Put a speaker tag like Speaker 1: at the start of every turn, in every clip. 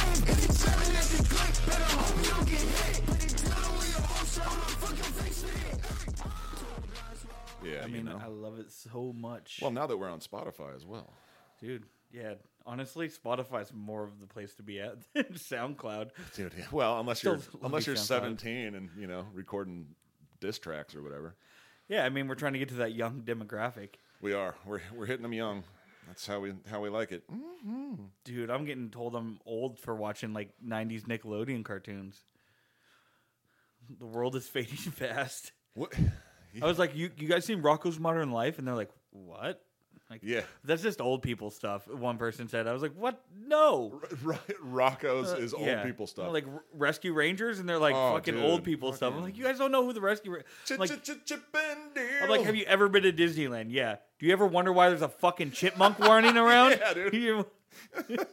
Speaker 1: Yeah,
Speaker 2: I
Speaker 1: you
Speaker 2: mean,
Speaker 1: know.
Speaker 2: I love it so much.
Speaker 1: well, now that we're on Spotify as well.
Speaker 2: dude, yeah. Honestly, Spotify's more of the place to be at than SoundCloud.
Speaker 1: Dude, yeah. Well, unless you're
Speaker 2: Still love
Speaker 1: unless
Speaker 2: you,
Speaker 1: you're
Speaker 2: SoundCloud.
Speaker 1: 17 and you know recording diss tracks or whatever.
Speaker 2: Yeah, I mean, we're trying to get to that young demographic.
Speaker 1: We are. We're we're hitting them young. That's how we how we like it.
Speaker 2: Dude, I'm getting told I'm old for watching like 90s Nickelodeon cartoons. The world is fading fast.
Speaker 1: What?
Speaker 2: I was like, you, you guys seen Rocco's Modern Life? And they're like, what? Like,
Speaker 1: Yeah.
Speaker 2: That's just old people stuff. One person said, I was like, what? No.
Speaker 1: Ro- Rocco's is old
Speaker 2: Uh, Yeah.
Speaker 1: people stuff.
Speaker 2: Like R- Rescue Rangers, and they're like
Speaker 1: Oh,
Speaker 2: fucking
Speaker 1: dude.
Speaker 2: old people stuff. I'm
Speaker 1: Fucking-
Speaker 2: like, you guys don't know who the Rescue Ra-
Speaker 1: Ch-
Speaker 2: like,
Speaker 1: ch- ch- chip and
Speaker 2: I'm like,
Speaker 1: Dale.
Speaker 2: have you ever been to Disneyland? Yeah. Do you ever wonder why there's a fucking chipmunk running around?
Speaker 1: Yeah, dude.
Speaker 2: You-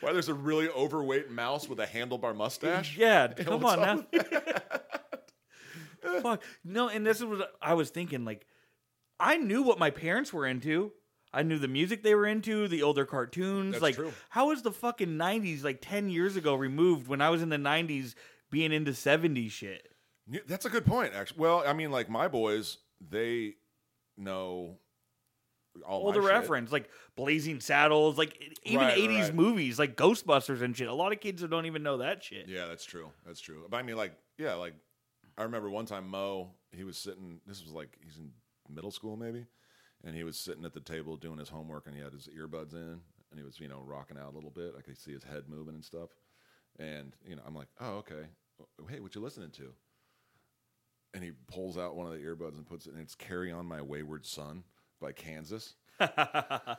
Speaker 1: Why there's a really overweight mouse with a handlebar mustache?
Speaker 2: yeah,
Speaker 1: Yeah,
Speaker 2: come
Speaker 1: what's
Speaker 2: on
Speaker 1: up
Speaker 2: now. Fuck. No, and this is what I was thinking. Like, I knew what my parents were into. I knew the music they were into, the older cartoons.
Speaker 1: That's
Speaker 2: like,
Speaker 1: true.
Speaker 2: how is the fucking 90s, like 10 years ago, removed when I was in the 90s being into 70s shit?
Speaker 1: Yeah, That's a good point, actually. Well, I mean, like my boys, they know all
Speaker 2: All
Speaker 1: my
Speaker 2: the
Speaker 1: shit.
Speaker 2: reference, like Blazing Saddles, like e-, even
Speaker 1: Right,
Speaker 2: 80s
Speaker 1: right.
Speaker 2: movies, like Ghostbusters and shit. A lot of kids don't even know that shit.
Speaker 1: Yeah, that's true. That's true. But I mean, like, yeah, like I remember one time Mo, he was sitting. This was like he's in middle school maybe, and he was sitting at the table doing his homework, and he had his earbuds in, and he was you know rocking out a little bit. I could see his head moving and stuff, and you know I'm like, oh okay, hey, what you listening to? And he pulls out one of the earbuds and puts it, and it's "Carry On My Wayward Son" by Kansas.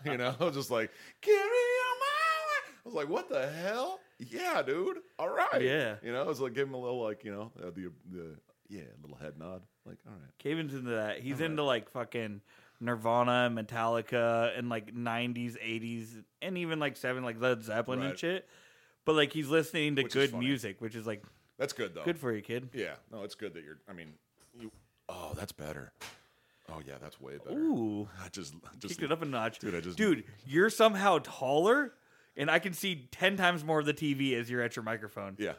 Speaker 1: you know, just like "Carry On My." Way-" I was like, what the hell? Yeah, dude. All right.
Speaker 2: Yeah.
Speaker 1: You know, it was like give him a little like you know uh, the the yeah little head nod like all right.
Speaker 2: Caven's into that. He's into like fucking Nirvana, Metallica, and like '90s, '80s, and even like seven, like Led Zeppelin
Speaker 1: Right.
Speaker 2: and shit. But like he's listening to
Speaker 1: Which is
Speaker 2: good
Speaker 1: funny.
Speaker 2: music, which is like
Speaker 1: That's good though.
Speaker 2: good for you, kid.
Speaker 1: yeah. No, it's good that you're. I mean, you. Oh, that's better. Oh yeah, that's way better.
Speaker 2: Ooh,
Speaker 1: I just just
Speaker 2: kicked it up a notch,
Speaker 1: Dude, I just-
Speaker 2: dude, you're somehow taller, and I can see ten times more of the TV as you're at your microphone.
Speaker 1: Yeah.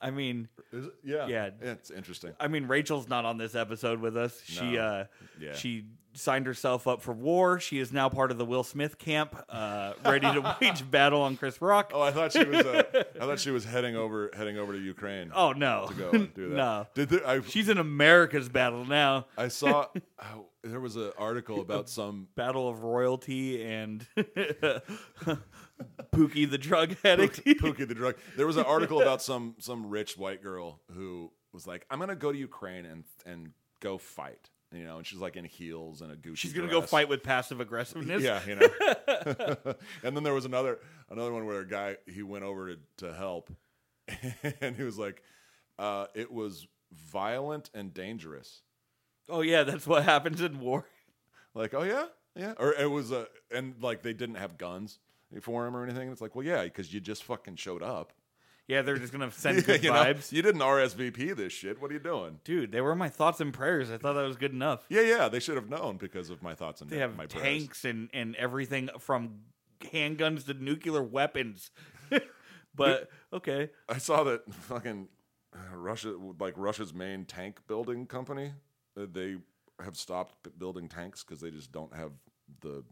Speaker 2: I mean,
Speaker 1: Is it? Yeah.
Speaker 2: Yeah.
Speaker 1: It's interesting.
Speaker 2: I mean, Rachel's not on this episode with us. She
Speaker 1: No.
Speaker 2: uh,
Speaker 1: Yeah.
Speaker 2: she signed herself up for war. She is now part of the Will Smith camp, uh, ready to wage battle on Chris Rock.
Speaker 1: Oh, I thought she was. Uh, I thought she was heading over heading over to Ukraine.
Speaker 2: Oh no,
Speaker 1: to go and do that.
Speaker 2: no,
Speaker 1: Did there, I,
Speaker 2: she's in America's battle now.
Speaker 1: I saw oh, there was an article about some
Speaker 2: Battle of royalty and Pookie the drug addict.
Speaker 1: Pookie the drug. There was an article about some some rich white girl who was like, "I'm gonna go to Ukraine and and go fight," you know, and she's like in heels and a Gucci.
Speaker 2: She's gonna go
Speaker 1: dress.
Speaker 2: fight with passive aggressiveness.
Speaker 1: Yeah, you know. and then there was another another one where a guy he went over to to help, and he was like, uh, "It was violent and dangerous."
Speaker 2: Oh yeah, that's what happens in war.
Speaker 1: Like, oh yeah, yeah. Or it was a and like they didn't have guns for him or anything. And it's like, well, yeah, because you just fucking showed up.
Speaker 2: Yeah, they're just gonna send good
Speaker 1: you know?
Speaker 2: vibes.
Speaker 1: you didn't RSVP this shit. What are you doing?
Speaker 2: Dude, they were my thoughts and prayers. I thought that was good enough.
Speaker 1: Yeah, yeah. They should have known because of my thoughts and
Speaker 2: They have
Speaker 1: my prayers.
Speaker 2: tanks and, and everything from handguns to nuclear weapons. but okay.
Speaker 1: I saw that fucking Russia, like Russia's main tank building company, uh, they have stopped b- building tanks because they just don't have the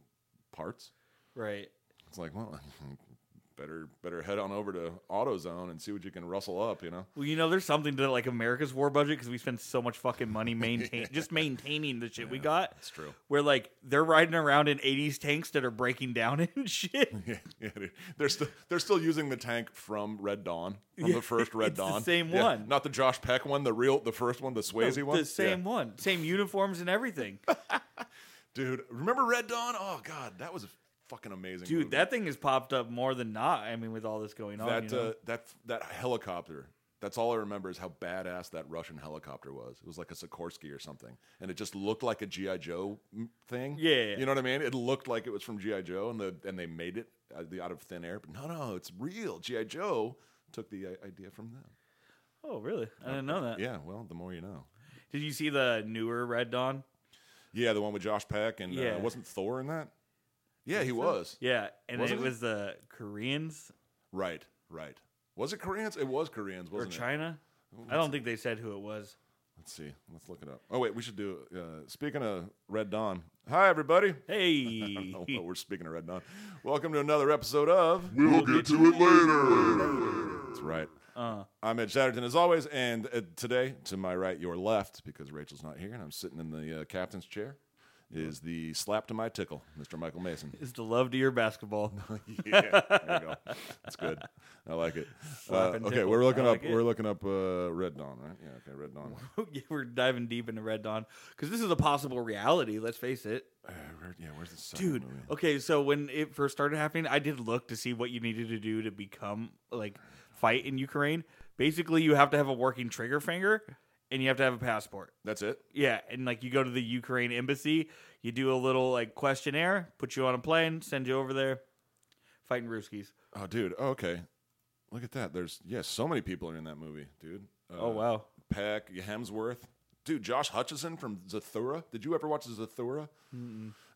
Speaker 1: parts.
Speaker 2: Right.
Speaker 1: It's like, well, better better head on over to AutoZone and see what you can rustle up. You know.
Speaker 2: Well, you know, there's something to like America's war budget because we spend so much fucking money maintain just maintaining the shit we got. That's
Speaker 1: true.
Speaker 2: Where like they're riding around in 80s tanks that are breaking down and shit.
Speaker 1: Yeah, yeah, dude. They're still they're still using the tank from Red Dawn, from the first Red
Speaker 2: it's the
Speaker 1: Dawn,
Speaker 2: same
Speaker 1: Yeah,
Speaker 2: one.
Speaker 1: not the Josh Peck one, the real, the first one, the Swayze one,
Speaker 2: the same
Speaker 1: Yeah.
Speaker 2: one, same uniforms and everything.
Speaker 1: Dude, remember Red Dawn? Oh God, that was a fucking amazing,
Speaker 2: Dude,
Speaker 1: movie.
Speaker 2: that thing has popped up more than not. I mean, with all this going on,
Speaker 1: that
Speaker 2: you know?
Speaker 1: uh, that that helicopter, That's all I remember is how badass that Russian helicopter was. It was like a Sikorsky or something, and it just looked like a GI Joe m- thing.
Speaker 2: Yeah, yeah, yeah.
Speaker 1: you know what I mean. It looked like it was from GI Joe, and the and they made it out out of thin air. But no, no, it's real. GI Joe took the i- idea from them.
Speaker 2: Oh, really? I didn't know that.
Speaker 1: Yeah, well, the more you know.
Speaker 2: Did you see the newer Red Dawn?
Speaker 1: Yeah, the one with Josh Peck and
Speaker 2: Yeah.
Speaker 1: uh, wasn't Thor in that? Yeah, he was.
Speaker 2: Yeah, and
Speaker 1: Wasn't
Speaker 2: it
Speaker 1: it?
Speaker 2: was the Koreans
Speaker 1: Right, right. Was it Koreans? It was Koreans,
Speaker 2: or
Speaker 1: wasn't it?
Speaker 2: China. I don't think they said who it was.
Speaker 1: Let's see. Let's look it up. Oh wait, we should do. Uh, speaking of Red Dawn, hi everybody.
Speaker 2: Hey,
Speaker 1: Oh, well, we're speaking of Red Dawn. Welcome to another episode of.
Speaker 3: We'll get to it later.
Speaker 1: That's right.
Speaker 2: uh,
Speaker 1: I'm Ed Shatterton as always, and uh, today to my right, your left, because Rachel's not here, and I'm sitting in the uh, captain's chair, is the slap to my tickle, Mr. Michael Mason.
Speaker 2: is the love to your basketball?
Speaker 1: yeah, there you go. That's good. I like it.
Speaker 2: Slap
Speaker 1: Uh,
Speaker 2: and
Speaker 1: okay,
Speaker 2: tickle.
Speaker 1: we're looking
Speaker 2: I
Speaker 1: up.
Speaker 2: like it.
Speaker 1: We're looking up uh, Red Dawn, right? Yeah. Okay, Red Dawn.
Speaker 2: Yeah, We're diving deep into Red Dawn because this is a possible reality. Let's face it,
Speaker 1: Uh, where, yeah, where's the second
Speaker 2: dude.
Speaker 1: movie?
Speaker 2: Okay, so when it first started happening, I did look to see what you needed to do to become like fight in Ukraine. Basically, you have to have a working trigger finger and you have to have a passport.
Speaker 1: That's it.
Speaker 2: Yeah, and like you go to the Ukraine embassy, you do a little like questionnaire, put you on a plane, send you over there, fighting Ruskies.
Speaker 1: Oh, dude. Oh, okay. Look at that. There's yeah, so many people are in that movie, dude. Uh,
Speaker 2: oh wow,
Speaker 1: Peck, Hemsworth, dude. Josh Hutcherson from Zathura. Did you ever watch Zathura?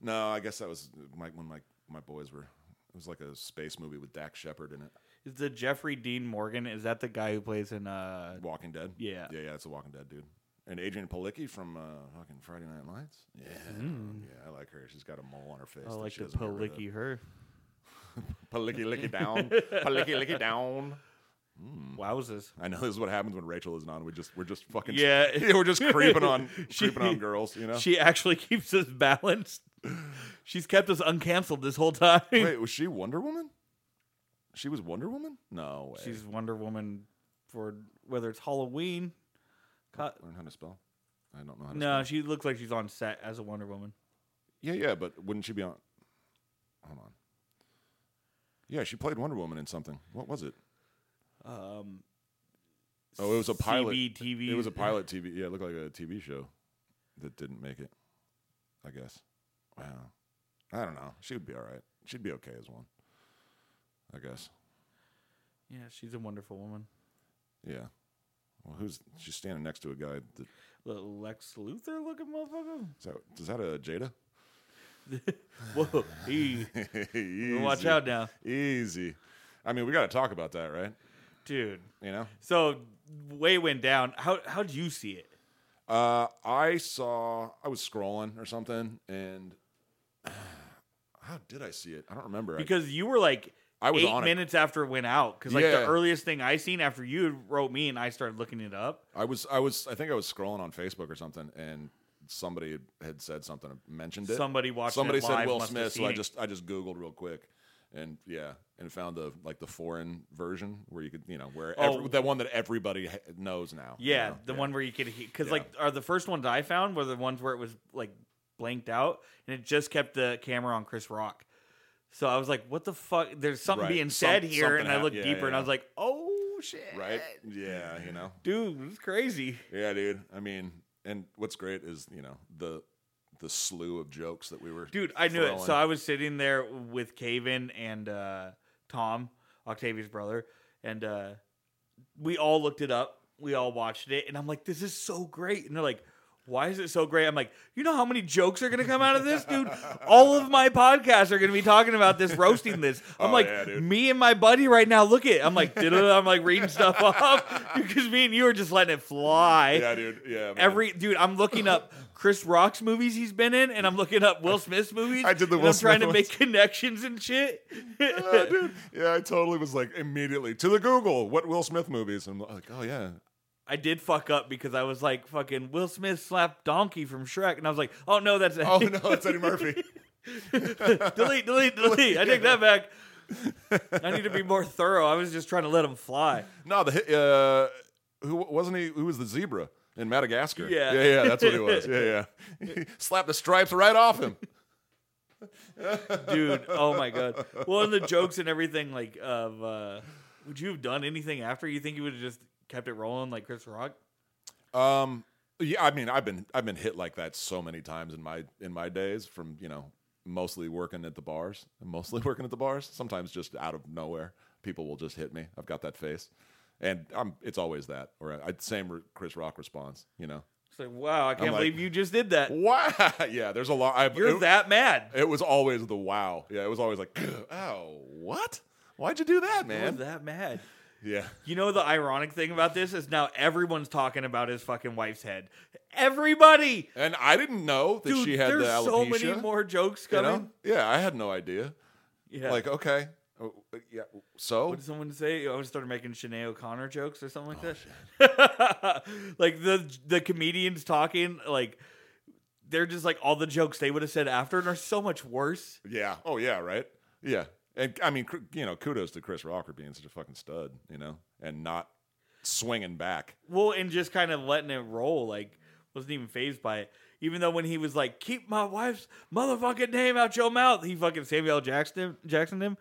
Speaker 1: No, I guess that was my, when my my boys were. It was like a space movie with Dax Shepard in it.
Speaker 2: is the Jeffrey Dean Morgan? Is that the guy who plays in uh?
Speaker 1: Walking Dead.
Speaker 2: Yeah.
Speaker 1: yeah, yeah. It's a Walking Dead dude. And Adrian Palicki from uh, fucking Friday Night Lights. Yeah, yeah, I like her. She's got a mole on her face.
Speaker 2: Mm. I
Speaker 1: that
Speaker 2: like
Speaker 1: she
Speaker 2: the
Speaker 1: doesn't get rid of.
Speaker 2: Palicki her.
Speaker 1: Palicki licky down. Palicki licky down. Hmm.
Speaker 2: Wowzers.
Speaker 1: I know this is what happens when Rachel isn't on. We just we're just fucking
Speaker 2: Yeah.
Speaker 1: yeah we're just creeping on
Speaker 2: She-
Speaker 1: creeping on girls. You know.
Speaker 2: She actually keeps us balanced. She's kept us uncanceled this whole time.
Speaker 1: Wait, was she Wonder Woman? She was Wonder Woman? No way.
Speaker 2: She's Wonder Woman for whether it's Halloween. Co-
Speaker 1: Learn how to spell. I don't know how to
Speaker 2: no,
Speaker 1: spell.
Speaker 2: she looks like she's on set as a Wonder Woman.
Speaker 1: Yeah, yeah, but wouldn't she be on? Hold on. Yeah, she played Wonder Woman in something. What was it?
Speaker 2: Um,
Speaker 1: Oh, it was a pilot.
Speaker 2: CBTV.
Speaker 1: It was a pilot TV. Yeah, it looked like a TV show that didn't make it. I guess. Wow. I don't know. She would be all right. She'd be okay as one. I guess.
Speaker 2: Yeah, she's a wonderful woman.
Speaker 1: Yeah. Well, who's she's standing next to a guy? That,
Speaker 2: Little Lex Luthor looking motherfucker.
Speaker 1: is that is that a Jada?
Speaker 2: Whoa, hey, watch
Speaker 1: Easy.
Speaker 2: out now,
Speaker 1: Easy. I mean, we got to talk about that, right?
Speaker 2: dude.
Speaker 1: You know.
Speaker 2: So way went down. How how'd you see it?
Speaker 1: Uh, I saw I was scrolling or something, and how did I see it? I don't remember. I-
Speaker 2: Because you were like
Speaker 1: I was
Speaker 2: eight
Speaker 1: on it.
Speaker 2: minutes after it went out. Because like the
Speaker 1: Yeah.
Speaker 2: earliest thing I seen after you had wrote me and I started looking it up.
Speaker 1: I was I was I think I was scrolling on Facebook or something, and somebody had said something mentioned it.
Speaker 2: Somebody watched.
Speaker 1: somebody
Speaker 2: it
Speaker 1: said
Speaker 2: live,
Speaker 1: Will
Speaker 2: must have
Speaker 1: Smith, so
Speaker 2: seen
Speaker 1: I
Speaker 2: it.
Speaker 1: just I just googled real quick, and yeah, and found the like the foreign version where you could you know where
Speaker 2: Oh.
Speaker 1: every, that one that everybody ha- knows now. you
Speaker 2: yeah
Speaker 1: know?
Speaker 2: the one where you could because
Speaker 1: Yeah.
Speaker 2: like are the first ones I found were the ones where it was like blanked out and it just kept the camera on Chris Rock. So I was like, what the fuck? There's something
Speaker 1: Right.
Speaker 2: being
Speaker 1: Some-
Speaker 2: said here,
Speaker 1: something
Speaker 2: and I
Speaker 1: hap-
Speaker 2: looked
Speaker 1: yeah,
Speaker 2: deeper and
Speaker 1: yeah.
Speaker 2: I was like, oh shit,
Speaker 1: right. Yeah, you know.
Speaker 2: dude, it's crazy.
Speaker 1: Yeah, dude. I mean, and what's great is you know the the slew of jokes that we were.
Speaker 2: Dude, I knew it.
Speaker 1: throwing.
Speaker 2: So I was sitting there with Caven and uh, Tom, Octavia's brother, and uh, we all looked it up. We all watched it, and I'm like, "This is so great!" And they're like, "Why is it so great?" I'm like, "You know how many jokes are gonna come out of this, dude? All of my podcasts are gonna be talking about this, roasting this." I'm
Speaker 1: Oh,
Speaker 2: like,
Speaker 1: yeah, dude.
Speaker 2: "Me and my buddy right now, look at." I'm like, "Duh-duh-duh," "I'm like reading stuff off because me and you are just letting it fly."
Speaker 1: yeah, dude. Yeah, man.
Speaker 2: Every dude, I'm looking up Chris Rock's movies he's been in, and I'm looking up Will Smith's movies.
Speaker 1: I did the
Speaker 2: and
Speaker 1: Will
Speaker 2: I'm trying
Speaker 1: Smith
Speaker 2: to make connections and shit.
Speaker 1: Yeah, dude. Yeah, I totally was like immediately to the Google. What Will Smith movies? I'm like, oh yeah,
Speaker 2: I did fuck up because I was like, "Fucking Will Smith slapped donkey from Shrek," and I was like, "Oh no, that's
Speaker 1: oh no, it's Eddie Murphy.
Speaker 2: delete, delete, delete." I take that back. I need to be more thorough. I was just trying to let him fly.
Speaker 1: No, the hi- uh, who wasn't he? Who was the zebra in Madagascar?
Speaker 2: Yeah.
Speaker 1: yeah, yeah. That's what he was. Yeah, yeah. Slapped the stripes right off him.
Speaker 2: dude. Oh my god. Well, and the jokes and everything. Like, of uh, would you have done anything after? You think you would have just kept it rolling like Chris Rock?
Speaker 1: Um, yeah, I mean, I've been I've been hit like that so many times in my in my days from you know mostly working at the bars, mostly working at the bars. Sometimes just out of nowhere, people will just hit me. I've got that face, and I'm it's always that or I, same re- Chris Rock response. You know,
Speaker 2: It's like, wow, I can't
Speaker 1: like-
Speaker 2: believe you just did that.
Speaker 1: wow, yeah. There's a lot. I've,
Speaker 2: You're
Speaker 1: it,
Speaker 2: that mad.
Speaker 1: It was always the wow. Yeah, it was always like, oh, what? Why'd you do that,
Speaker 2: You're
Speaker 1: man?
Speaker 2: that mad.
Speaker 1: Yeah.
Speaker 2: You know the ironic thing about this is now everyone's talking about his fucking wife's head. Everybody,
Speaker 1: And I didn't know that
Speaker 2: dude.
Speaker 1: she had
Speaker 2: there's
Speaker 1: the alopecia.
Speaker 2: so many more jokes
Speaker 1: you
Speaker 2: coming.
Speaker 1: know? Yeah, I had no idea.
Speaker 2: Yeah.
Speaker 1: Like, okay. Oh, yeah. So
Speaker 2: What did someone say? I started making Shanae O'Connor jokes or something
Speaker 1: Oh,
Speaker 2: like that. like the the comedians talking, like they're just like all the jokes they would have said after and are so much worse.
Speaker 1: yeah. Oh yeah, right? Yeah. And I mean, cr- you know, kudos to Chris Rock for being such a fucking stud, you know, and not swinging back.
Speaker 2: Well, and just kind of letting it roll, like wasn't even phased by it. Even though when he was like, "Keep my wife's motherfucking name out your mouth," he fucking Samuel L. Jackson Jackson him.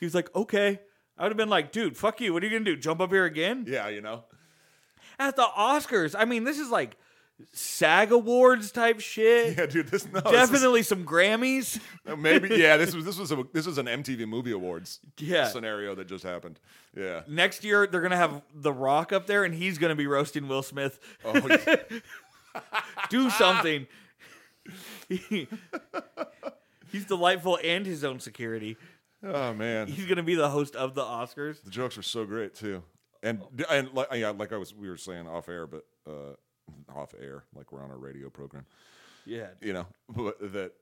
Speaker 2: He was like, "Okay." I would have been like, "Dude, fuck you. What are you gonna do? Jump up here again?"
Speaker 1: Yeah, you know.
Speaker 2: At the Oscars, I mean, this is like SAG Awards type shit.
Speaker 1: Yeah, dude, this no, this is-
Speaker 2: Definitely some Grammys.
Speaker 1: maybe yeah, this was this was a this was an MTV Movie Awards
Speaker 2: Yeah.
Speaker 1: scenario that just happened. Yeah.
Speaker 2: Next year, they're gonna have The Rock up there, and he's gonna be roasting Will Smith.
Speaker 1: Oh, yeah. Ah.
Speaker 2: do something. He- he's delightful and his own security.
Speaker 1: oh man.
Speaker 2: He's going to be the host of the Oscars.
Speaker 1: The jokes were so great too, and and like yeah, like I was we were saying off air, but uh, off air, like we're on a radio program,
Speaker 2: Yeah.
Speaker 1: you know, but that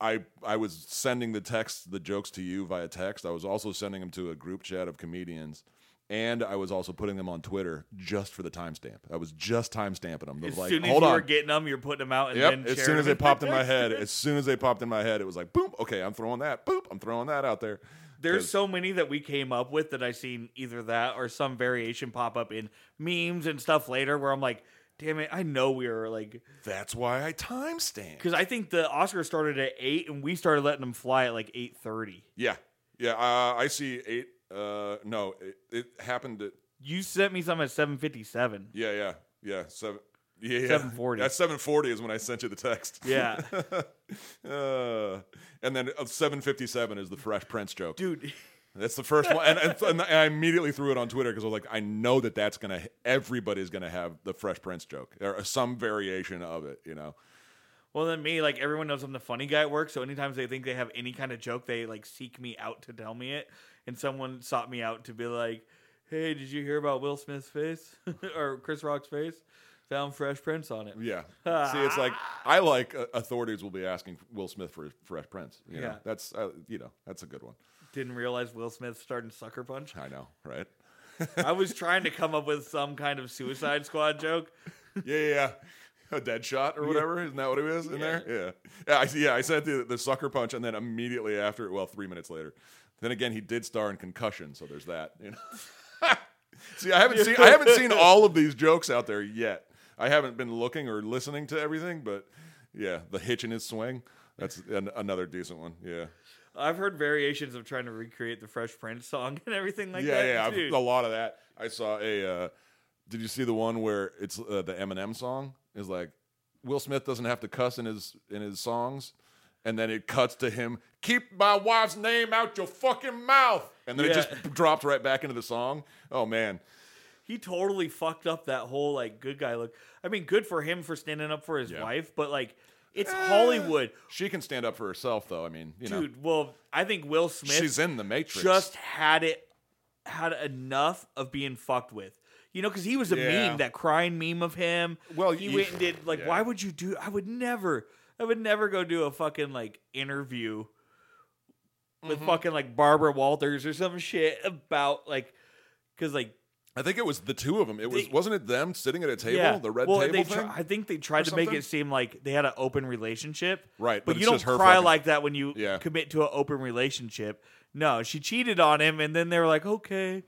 Speaker 1: I I was sending the text the jokes to you via text. I was also sending them to a group chat of comedians. And I was also putting them on Twitter just for the timestamp. I was just timestamping them. They
Speaker 2: As
Speaker 1: was like,
Speaker 2: soon as
Speaker 1: hold
Speaker 2: you
Speaker 1: on,
Speaker 2: were getting them, you're putting them out and
Speaker 1: Yep.
Speaker 2: then
Speaker 1: As soon
Speaker 2: sharing
Speaker 1: as they
Speaker 2: them.
Speaker 1: popped in my head, as soon as they popped in my head, it was like, boom. Okay, I'm throwing that. Boop. I'm throwing that out there.
Speaker 2: There's
Speaker 1: 'Cause-
Speaker 2: so many that we came up with that I seen either that or some variation pop up in memes and stuff later where I'm like, damn it, I know we were like,
Speaker 1: that's why I timestamp.
Speaker 2: because I think the Oscars started at eight and we started letting them fly at like eight thirty.
Speaker 1: Yeah, yeah. Uh, I see eight. Uh, no, it, it happened at
Speaker 2: You sent me some at seven fifty seven.
Speaker 1: yeah, yeah, yeah. Seven. Yeah, yeah.
Speaker 2: 7:40.
Speaker 1: At seven forty is when I sent you the text.
Speaker 2: Yeah.
Speaker 1: uh, and then of seven fifty seven is the Fresh Prince joke.
Speaker 2: Dude,
Speaker 1: That's the first one, and, and, and I immediately threw it on Twitter because I was like, I know that that's gonna everybody's gonna have the Fresh Prince joke or some variation of it, you know.
Speaker 2: Well, then me, like everyone knows I'm the funny guy at work. So anytime they think they have any kind of joke, they like seek me out to tell me it. And someone sought me out to be like, "Hey, did you hear about Will Smith's face or Chris Rock's face? Found fresh prints on it."
Speaker 1: Yeah. See, it's like I like uh, authorities will be asking Will Smith for his Fresh Prince. You know?
Speaker 2: Yeah.
Speaker 1: That's uh, you know that's a good one.
Speaker 2: Didn't realize Will Smith started Sucker Punch.
Speaker 1: I know, right?
Speaker 2: I was trying to come up with some kind of Suicide Squad joke.
Speaker 1: Yeah, yeah, yeah. A dead shot or whatever. Isn't that what it is in there? Yeah. Yeah, I, yeah, I sent the, the sucker punch, and then immediately after, well, three minutes later. Then again, he did star in Concussion, so there's that. You know? See, I haven't seen I haven't seen all of these jokes out there yet. I haven't been looking or listening to everything, but yeah, the hitch in his swing. That's an, another decent one. Yeah,
Speaker 2: I've heard variations of trying to recreate the Fresh Prince song and everything like
Speaker 1: yeah,
Speaker 2: that.
Speaker 1: yeah. I've-
Speaker 2: Dude.
Speaker 1: A lot of that. I saw a. Uh, did you see the one where it's uh, the Eminem song? Is like Will Smith doesn't have to cuss in his in his songs, and then it cuts to him. Keep my wife's name out your fucking mouth, and then it
Speaker 2: Yeah.
Speaker 1: just drops right back into the song. Oh man,
Speaker 2: he totally fucked up that whole like good guy look. I mean, good for him for standing up for his
Speaker 1: Yeah.
Speaker 2: wife, but like it's
Speaker 1: Eh,
Speaker 2: Hollywood,
Speaker 1: she can stand up for herself though. I mean, you know,
Speaker 2: dude. Well, I think Will Smith
Speaker 1: she's in the Matrix.
Speaker 2: just had it had enough of being fucked with. You know, because he was a
Speaker 1: Yeah.
Speaker 2: meme, that crying meme of him.
Speaker 1: Well,
Speaker 2: he
Speaker 1: you-
Speaker 2: went and did like,
Speaker 1: yeah.
Speaker 2: why would you do? I would never, I would never go do a fucking like interview with
Speaker 1: Mm-hmm.
Speaker 2: fucking like Barbara Walters or some shit about like, because like
Speaker 1: I think it was the two of them. It was
Speaker 2: They-
Speaker 1: wasn't it them sitting at a table, the red
Speaker 2: well,
Speaker 1: table
Speaker 2: they
Speaker 1: thing.
Speaker 2: tr- I think they tried
Speaker 1: or
Speaker 2: to make
Speaker 1: something?
Speaker 2: it seem like they had an open relationship.
Speaker 1: Right,
Speaker 2: But,
Speaker 1: but
Speaker 2: you
Speaker 1: it's
Speaker 2: don't
Speaker 1: just her
Speaker 2: cry
Speaker 1: fucking-
Speaker 2: like that when you
Speaker 1: Yeah.
Speaker 2: commit to an open relationship. No, she cheated on him, and then they were like, okay,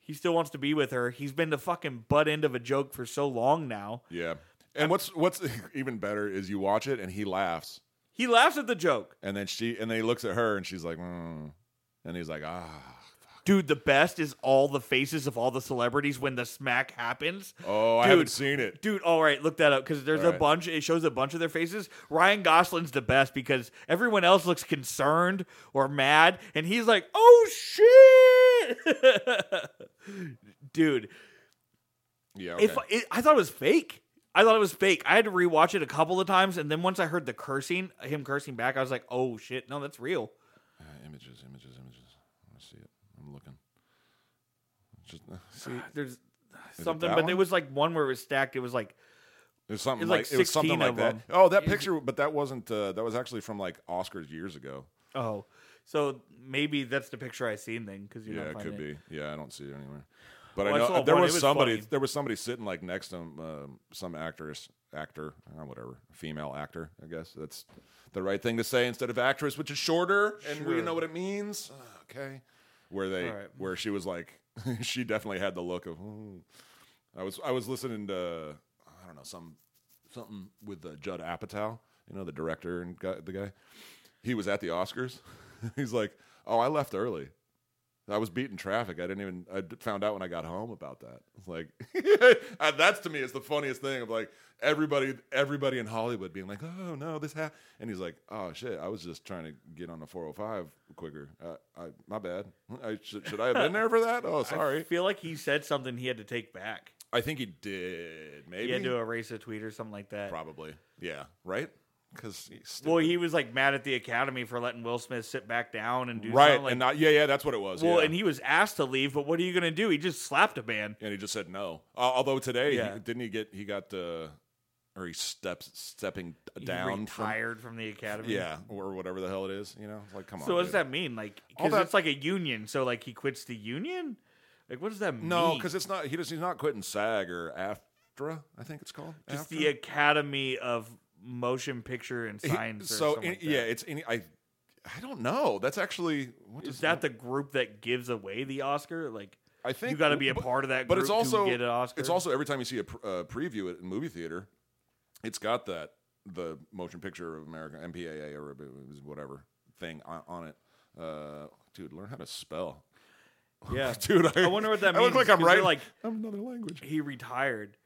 Speaker 2: he still wants to be with her. He's been the fucking butt end of a joke for so long now.
Speaker 1: yeah. And what's what's even better is you watch it and he laughs
Speaker 2: He laughs at the joke.
Speaker 1: And then she and then he looks at her and she's like, mm. and he's like, ah, fuck.
Speaker 2: Dude, the best is all the faces of all the celebrities when the smack happens.
Speaker 1: Oh, I
Speaker 2: Dude,
Speaker 1: haven't seen it.
Speaker 2: Dude, all right, look that up because there's
Speaker 1: All
Speaker 2: a
Speaker 1: right.
Speaker 2: bunch. It shows a bunch of their faces. Ryan Gosling's the best because everyone else looks concerned or mad, and he's like, "Oh shit, dude!"
Speaker 1: Yeah, okay.
Speaker 2: If it, I thought it was fake, I thought it was fake. I had to rewatch it a couple of times, and then once I heard the cursing, him cursing back, I was like, "Oh shit, no, that's real."
Speaker 1: Uh, images, images, images. I want to see it. I'm looking. Just uh, see,
Speaker 2: There's
Speaker 1: it
Speaker 2: something,
Speaker 1: that
Speaker 2: but
Speaker 1: one?
Speaker 2: there was like one where it was stacked. It was like
Speaker 1: there's something
Speaker 2: It's
Speaker 1: like,
Speaker 2: like
Speaker 1: it was
Speaker 2: 16
Speaker 1: something like
Speaker 2: of
Speaker 1: that.
Speaker 2: them.
Speaker 1: Oh, that
Speaker 2: Is-
Speaker 1: picture, but that wasn't. Uh, that was actually from like Oscars years ago.
Speaker 2: Oh, so maybe that's the picture I seen then, because you
Speaker 1: yeah,
Speaker 2: don't
Speaker 1: it
Speaker 2: find
Speaker 1: could
Speaker 2: it.
Speaker 1: be. Yeah, I don't see it anywhere. But
Speaker 2: Well, I
Speaker 1: I know uh,
Speaker 2: saw
Speaker 1: there
Speaker 2: one.
Speaker 1: was,
Speaker 2: It was
Speaker 1: somebody.
Speaker 2: funny.
Speaker 1: There was somebody sitting like next to him, um, some actress, actor, or whatever, female actor. I guess that's the right thing to say instead of actress, which is shorter, and we
Speaker 2: Sure.
Speaker 1: know what it means. Ah, Okay, where they,
Speaker 2: All right.
Speaker 1: where she was like, she definitely had the look of. "Hmm." I was I was listening to I don't know some something with uh, Judd Apatow, you know the director and guy, the guy. He was at the Oscars. He's like, "Oh, I left early. I was beating traffic. I didn't even. I d- found out when I got home about that. It's like uh, that's to me is the funniest thing of like everybody, everybody in Hollywood being like, oh no, this happened. And he's like, oh shit, I was just trying to get on the 405 quicker. Uh, I, my bad. I should, should I have been there for that? Oh,
Speaker 2: I
Speaker 1: sorry.
Speaker 2: feel like he said something he had to take back.
Speaker 1: I think he did. Maybe.
Speaker 2: He had to erase a tweet or something like that.
Speaker 1: Probably. Yeah. Right. Because he's
Speaker 2: Well, he was like mad at the Academy for letting Will Smith sit back down and do
Speaker 1: right
Speaker 2: something like
Speaker 1: and not. Yeah, yeah. That's what it was.
Speaker 2: Well,
Speaker 1: yeah.
Speaker 2: and he was asked to leave, but what are you gonna do? He just slapped a man.
Speaker 1: and he just said no. Uh, although today,
Speaker 2: Yeah.
Speaker 1: he, didn't he get he got uh, or he steps stepping
Speaker 2: He
Speaker 1: down from
Speaker 2: retired from, the Academy.
Speaker 1: yeah or whatever the hell it is. You know, It's like come on.
Speaker 2: So what does
Speaker 1: dude.
Speaker 2: that mean? Like,
Speaker 1: All
Speaker 2: because
Speaker 1: that-
Speaker 2: it's like a union. So like he quits the union. Like, what does that mean?
Speaker 1: No, because it's not. He just, he's not quitting SAG or AFTRA. I think it's called.
Speaker 2: just
Speaker 1: AFTRA?
Speaker 2: the Academy of Motion Picture and
Speaker 1: He-
Speaker 2: Science. or
Speaker 1: so
Speaker 2: something
Speaker 1: in-
Speaker 2: like that.
Speaker 1: yeah, it's any. I I don't know. That's actually what
Speaker 2: is
Speaker 1: does
Speaker 2: that the group that gives away the Oscar? Like
Speaker 1: I think
Speaker 2: you got to be a
Speaker 1: but-
Speaker 2: part of that.
Speaker 1: but
Speaker 2: group
Speaker 1: it's also
Speaker 2: to get an Oscar.
Speaker 1: It's also every time you see a pr- uh, preview at a movie theater, it's got that the Motion Picture of America MPAA or whatever thing on, on it. Uh, dude, learn how to spell,
Speaker 2: yeah.
Speaker 1: dude. I,
Speaker 2: I wonder what that
Speaker 1: I look
Speaker 2: means.
Speaker 1: like I'm
Speaker 2: 'cause they're
Speaker 1: right.
Speaker 2: Like
Speaker 1: I'm another language.
Speaker 2: he retired.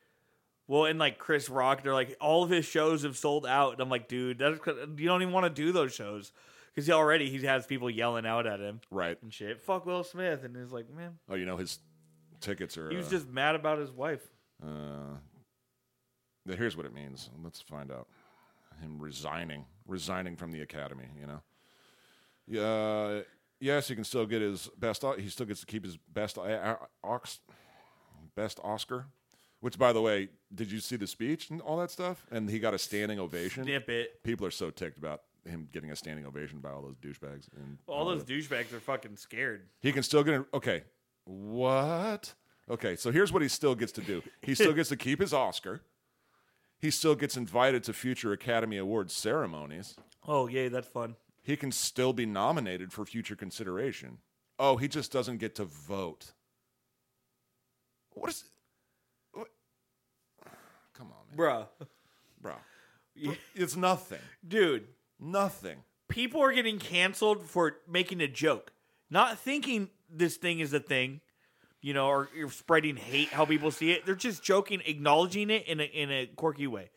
Speaker 2: Well, and like Chris Rock, they're like all of his shows have sold out, and I'm like, dude, that's you don't even want to do those shows because he already he has people yelling out at him
Speaker 1: Right.
Speaker 2: and shit. Fuck Will Smith, and he's like, man,
Speaker 1: Oh, you know his tickets are.
Speaker 2: he was
Speaker 1: uh,
Speaker 2: just mad about his wife.
Speaker 1: Uh, th- here's what it means. Let's find out. Him resigning, resigning from the academy. You know. Yeah. Yes, he can still get his best. o- He still gets to keep his best o- o- ox, best Oscar. Which, by the way, did you see the speech and all that stuff? And he got a standing ovation.
Speaker 2: Nip it.
Speaker 1: People are so ticked about him getting a standing ovation by all those douchebags. And
Speaker 2: All
Speaker 1: those.
Speaker 2: those douchebags are fucking scared.
Speaker 1: He can still get a, okay. What? Okay, so here's what he still gets to do. He still gets to keep his Oscar. He still gets invited to future Academy Awards ceremonies.
Speaker 2: Oh yay, that's fun.
Speaker 1: He can still be nominated for future consideration. Oh, he just doesn't get to vote. What is? What? Come on, man,
Speaker 2: Bruh.
Speaker 1: bro. It's nothing.
Speaker 2: Dude,
Speaker 1: Nothing.
Speaker 2: people are getting canceled for making a joke, not thinking this thing is a thing, you know, or you're spreading hate how people see it. They're just joking, acknowledging it in a, in a quirky way.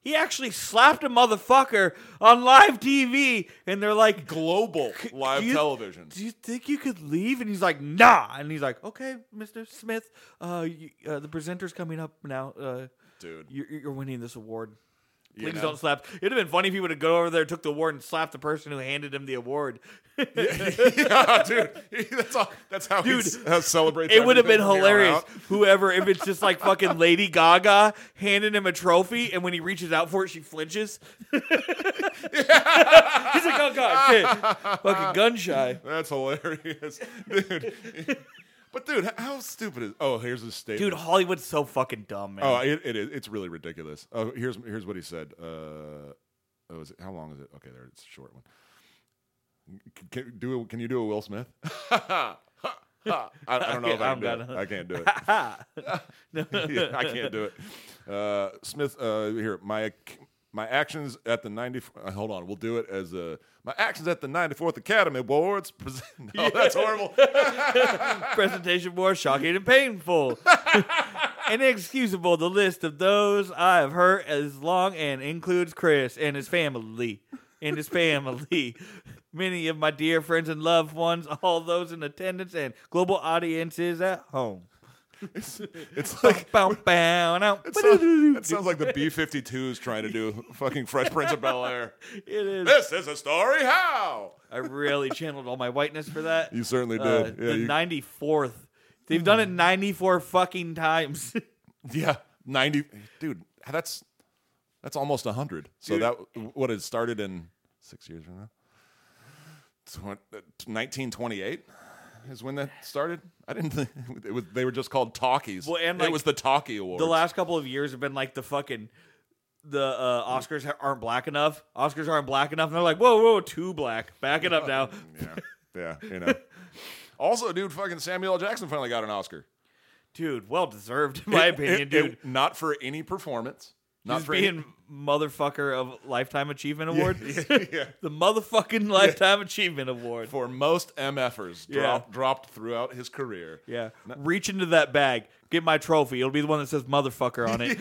Speaker 2: He actually slapped a motherfucker on live TV, and they're like,
Speaker 1: Global live
Speaker 2: you-
Speaker 1: television.
Speaker 2: "Do you think you could leave?" And he's like, "Nah," and he's like, "Okay, Mister Smith, uh, you, uh, the presenter's coming up now. Uh,
Speaker 1: Dude.
Speaker 2: you're, you're winning this award.
Speaker 1: you
Speaker 2: Please
Speaker 1: know?
Speaker 2: don't slap. It'd have been funny if he would have go over there, took the award, and slapped the person who handed him the award.
Speaker 1: yeah, dude. That's all. That's how
Speaker 2: Dude,
Speaker 1: dude how celebrates.
Speaker 2: It would have been
Speaker 1: everything from here on
Speaker 2: hilarious.
Speaker 1: out.
Speaker 2: Whoever, if it's just like fucking Lady Gaga handing him a trophy, and when he reaches out for it, she flinches. He's like, oh god, shit. fucking gun shy.
Speaker 1: That's hilarious, dude. but dude, h- how stupid is? Oh, here's his statement.
Speaker 2: Dude, Hollywood's so fucking dumb, man.
Speaker 1: Oh, it, it is. It's really ridiculous. Oh, here's here's what he said. Uh, oh, is it, how long is it? Okay, there. It's a short one. C- Can, do a- can you do a Will Smith? I, I don't know if I can
Speaker 2: I'm
Speaker 1: do it.
Speaker 2: gonna-
Speaker 1: I can't do it.
Speaker 2: Ha.
Speaker 1: Yeah, I can't do it. Uh, Smith, uh, here my ac- My actions at the 90. uh, Hold on, we'll do it as a. My actions at the 94th Academy Awards. Pres- no, that's horrible.
Speaker 2: presentation more shocking and painful. Inexcusable the list of those I have hurt as long and includes Chris and his family. And his family. Many of my dear friends and loved ones, all those in attendance and global audiences at home.
Speaker 1: It's, it's like.
Speaker 2: Bow, bow, now.
Speaker 1: It sounds, it sounds like the B 52s trying to do fucking Fresh Prince of Bel Air.
Speaker 2: It is.
Speaker 1: This is a story how.
Speaker 2: I really channeled all my whiteness for that.
Speaker 1: You certainly did.
Speaker 2: Uh,
Speaker 1: yeah,
Speaker 2: the
Speaker 1: you-
Speaker 2: 94th. They've done it 94 fucking times.
Speaker 1: Yeah, ninety, dude. That's that's almost hundred. So
Speaker 2: Dude.
Speaker 1: that what it started in six years from now. uh, Nineteen twenty-eight is when that started. I didn't think it was. They were just called talkies.
Speaker 2: Well, and,
Speaker 1: it
Speaker 2: like,
Speaker 1: was the talkie awards.
Speaker 2: the last couple of years have been like the fucking the uh, Oscars ha- aren't black enough. Oscars aren't black enough, and they're like, whoa, whoa, too black. Back it up now.
Speaker 1: yeah, yeah, you know. also, dude, fucking Samuel L. Jackson finally got an Oscar.
Speaker 2: Dude, well deserved, in my
Speaker 1: It-
Speaker 2: opinion,
Speaker 1: it-
Speaker 2: dude.
Speaker 1: it- not for any performance. Not
Speaker 2: He's
Speaker 1: for any-
Speaker 2: being motherfucker of Lifetime Achievement Award.
Speaker 1: yeah.
Speaker 2: the motherfucking Lifetime Achievement Award.
Speaker 1: for most MFers
Speaker 2: Yeah.
Speaker 1: dropped dropped throughout his career.
Speaker 2: Yeah. Reach into that bag. Get my trophy. It'll be the one that says motherfucker on it.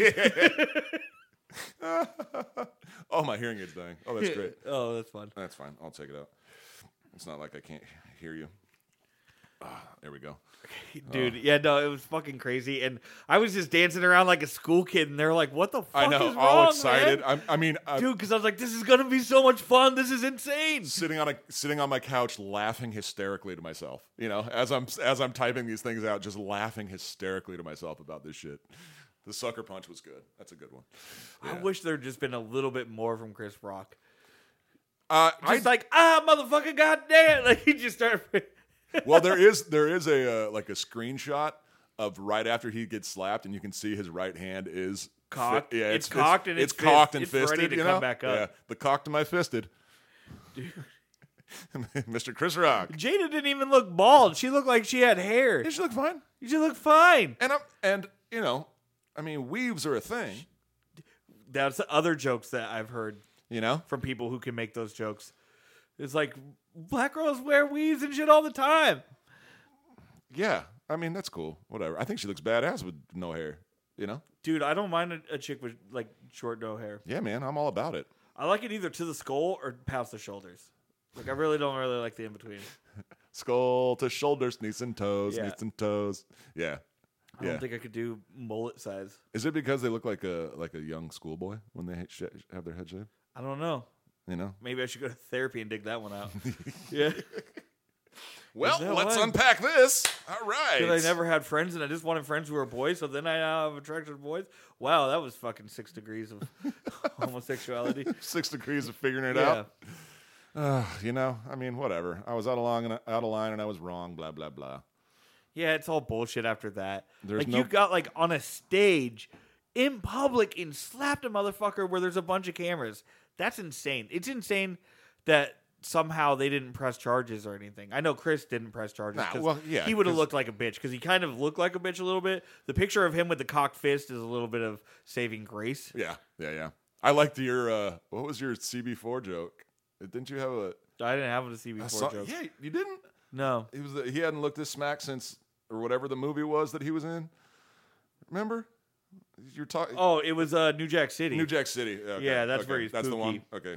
Speaker 1: Oh, my hearing aid's dying. Oh, that's great. Uh,
Speaker 2: oh, that's fun.
Speaker 1: That's fine. I'll take it out. It's not like I can't hear you. Ah, there we go.
Speaker 2: Dude,
Speaker 1: uh.
Speaker 2: yeah, no, it was fucking crazy. And I was just dancing around like a school kid, and they're like, what the
Speaker 1: I
Speaker 2: fuck
Speaker 1: know.
Speaker 2: is
Speaker 1: All
Speaker 2: wrong,
Speaker 1: excited.
Speaker 2: man?
Speaker 1: I'm, I mean, I'm
Speaker 2: dude because i was like this is gonna be so much fun this is insane
Speaker 1: sitting on a sitting on my couch, laughing hysterically to myself. You know, as I'm as I'm typing these things out, just laughing hysterically to myself about this shit. The sucker punch was good. That's a good one.
Speaker 2: i wish there'd just been a little bit more from chris rock
Speaker 1: Uh, I
Speaker 2: just like ah motherfucker goddamn like he just started
Speaker 1: well, there is there is a uh, like a screenshot of right after he gets slapped, and you can see his right hand is fi-
Speaker 2: Cocked.
Speaker 1: yeah,
Speaker 2: It's cocked and
Speaker 1: it's,
Speaker 2: it's fist-
Speaker 1: cocked and
Speaker 2: it's ready
Speaker 1: fisted.
Speaker 2: to
Speaker 1: you
Speaker 2: come
Speaker 1: know?
Speaker 2: back up.
Speaker 1: Yeah, the cocked and my fisted. Mr. Chris Rock.
Speaker 2: jada didn't even look bald she looked like she had hair
Speaker 1: Did she look fine?
Speaker 2: she looked fine
Speaker 1: And I'm and you know, I mean, weaves are a thing.
Speaker 2: that's the other jokes that i've heard
Speaker 1: You know,
Speaker 2: from people who can make those jokes it's like black girls wear weaves and shit all the time
Speaker 1: yeah. I mean, that's cool. Whatever. I think she looks badass with no hair. You know,
Speaker 2: dude i don't mind a, a chick with like short no hair
Speaker 1: yeah, man. I'm all about it.
Speaker 2: i like it either to the skull or past the shoulders like i really don't really like the in-between
Speaker 1: Skull to shoulders, knees and toes,
Speaker 2: Yeah.
Speaker 1: knees and toes. Yeah,
Speaker 2: I
Speaker 1: yeah.
Speaker 2: don't think I could do mullet size.
Speaker 1: Is it because they look like a like a young schoolboy when they ha- sh- have their head shaved?
Speaker 2: I don't know.
Speaker 1: You know.
Speaker 2: Maybe I should go to therapy and dig that one out. yeah,
Speaker 1: Well,
Speaker 2: that let's why?
Speaker 1: unpack this. All right.
Speaker 2: because I never had friends, and I just wanted friends who were boys. So then I now have attracted to boys. Wow, that was fucking six degrees of homosexuality.
Speaker 1: six degrees of figuring it
Speaker 2: yeah,
Speaker 1: out. Ugh, you know, I mean, whatever. I was out of line and out of line, and I was wrong. Blah blah blah.
Speaker 2: yeah, it's all bullshit after that.
Speaker 1: There's
Speaker 2: like
Speaker 1: no-
Speaker 2: you got like on a stage in public and slapped a motherfucker where there's a bunch of cameras. That's insane. It's insane that. Somehow they didn't press charges or anything. I know Chris didn't press charges.
Speaker 1: Nah,
Speaker 2: 'cause
Speaker 1: well, yeah,
Speaker 2: he would have
Speaker 1: 'cause-
Speaker 2: looked. looked like a bitch because he kind of looked like a bitch a little bit. The picture of him with the cocked fist is a little bit of saving grace.
Speaker 1: Yeah, yeah, yeah. I liked your uh, what was your CB4 joke? Uh, Didn't you have a,
Speaker 2: I didn't have him to see
Speaker 1: a
Speaker 2: before.
Speaker 1: song-
Speaker 2: jokes.
Speaker 1: Yeah, you didn't.
Speaker 2: No,
Speaker 1: He was the, he hadn't looked this smack since or whatever the movie was that he was in. Remember? You're talking.
Speaker 2: oh, it was uh, New Jack City.
Speaker 1: New Jack City. Okay,
Speaker 2: Yeah, that's
Speaker 1: okay.
Speaker 2: where he's
Speaker 1: That's the one.
Speaker 2: kooky.
Speaker 1: Okay.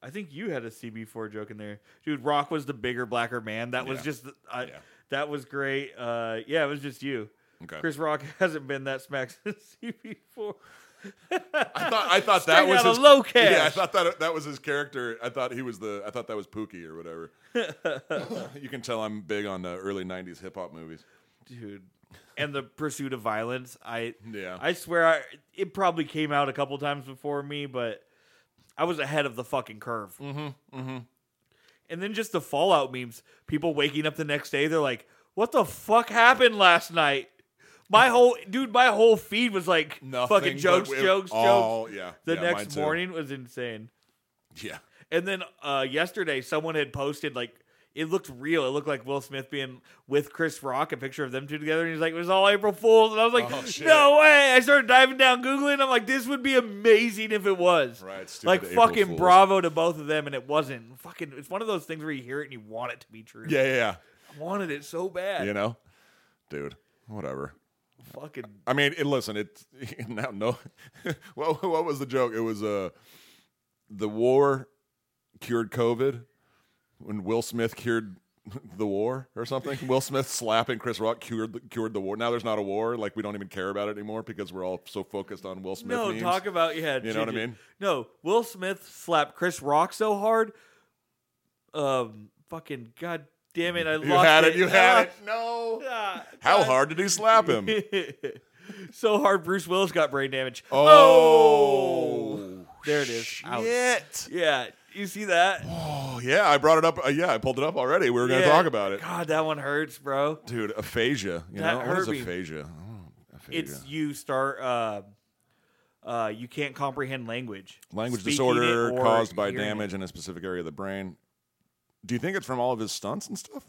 Speaker 2: I think you had a CB4 joke in there, dude. Rock was the bigger, blacker man. That was
Speaker 1: Yeah.
Speaker 2: just I,
Speaker 1: Yeah.
Speaker 2: that was great. Uh, yeah, it was just you.
Speaker 1: Okay.
Speaker 2: Chris Rock hasn't been that smack since CB4.
Speaker 1: I thought I thought that
Speaker 2: Straight
Speaker 1: was
Speaker 2: outta
Speaker 1: his
Speaker 2: Low Cash.
Speaker 1: Yeah, I thought that that was his character. I thought he was the I thought that was Pookie or whatever. you can tell I'm big on uh, early '90s hip hop movies.
Speaker 2: dude. And the pursuit of violence. I
Speaker 1: Yeah.
Speaker 2: I swear, I, it probably came out a couple times before me, but I was ahead of the fucking curve. Mm-hmm. Mm-hmm. And then just the Fallout memes. People waking up the next day, they're like, "What the fuck happened last night?" My whole dude, my whole feed was like fucking
Speaker 1: but
Speaker 2: jokes,
Speaker 1: it-
Speaker 2: jokes,
Speaker 1: all-
Speaker 2: jokes.
Speaker 1: Yeah.
Speaker 2: The
Speaker 1: yeah, mine
Speaker 2: next
Speaker 1: too.
Speaker 2: morning was insane.
Speaker 1: Yeah.
Speaker 2: And then uh, yesterday, someone had posted like It looked real. It looked like Will Smith being with Chris Rock, a picture of them two together, and he's like, "It was all April Fools," and I was like,
Speaker 1: Oh, shit.
Speaker 2: "No way!" I started diving down googling. I'm like, "This would be amazing if it was."
Speaker 1: Right, stupid
Speaker 2: Like
Speaker 1: April
Speaker 2: fucking
Speaker 1: Fools.
Speaker 2: bravo to both of them, and it wasn't. Fucking, it's one of those things where you hear it and you want it to be true.
Speaker 1: Yeah, yeah,
Speaker 2: I wanted it so bad.
Speaker 1: yeah. You know, dude, whatever.
Speaker 2: Fucking
Speaker 1: I mean, it, listen, it's now no. well, what was the joke? It was uh, the war cured COVID when Will Smith cured the war or something. Will Smith slapping Chris Rock cured the, cured the war. Now there's not a war. Like we don't even care about it anymore because we're all so focused on Will Smith.
Speaker 2: no,
Speaker 1: memes.
Speaker 2: talk about yeah.
Speaker 1: You know what I
Speaker 2: change it.
Speaker 1: mean?
Speaker 2: No, Will Smith slapped Chris Rock so hard. Um, fucking god damn it! I
Speaker 1: You
Speaker 2: lost
Speaker 1: had it.
Speaker 2: it.
Speaker 1: You had it. No.
Speaker 2: Ah,
Speaker 1: How
Speaker 2: God.
Speaker 1: hard did he slap him?
Speaker 2: so hard, Bruce Willis got brain damage.
Speaker 1: Oh,
Speaker 2: there it is. Ouch.
Speaker 1: Shit.
Speaker 2: yeah, you see that?
Speaker 1: Oh yeah, I brought it up. Uh, yeah, I pulled it up already. We were going to
Speaker 2: Yeah.
Speaker 1: talk about it.
Speaker 2: God, that one hurts, bro.
Speaker 1: Dude, aphasia. You
Speaker 2: That
Speaker 1: know what is
Speaker 2: hurt me.
Speaker 1: aphasia? Oh, aphasia.
Speaker 2: It's you start. Uh, uh, you can't comprehend language.
Speaker 1: language
Speaker 2: Speaking
Speaker 1: disorder
Speaker 2: it or
Speaker 1: caused by
Speaker 2: hearing it.
Speaker 1: damage in a specific area of the brain. Do you think it's from all of his stunts and stuff?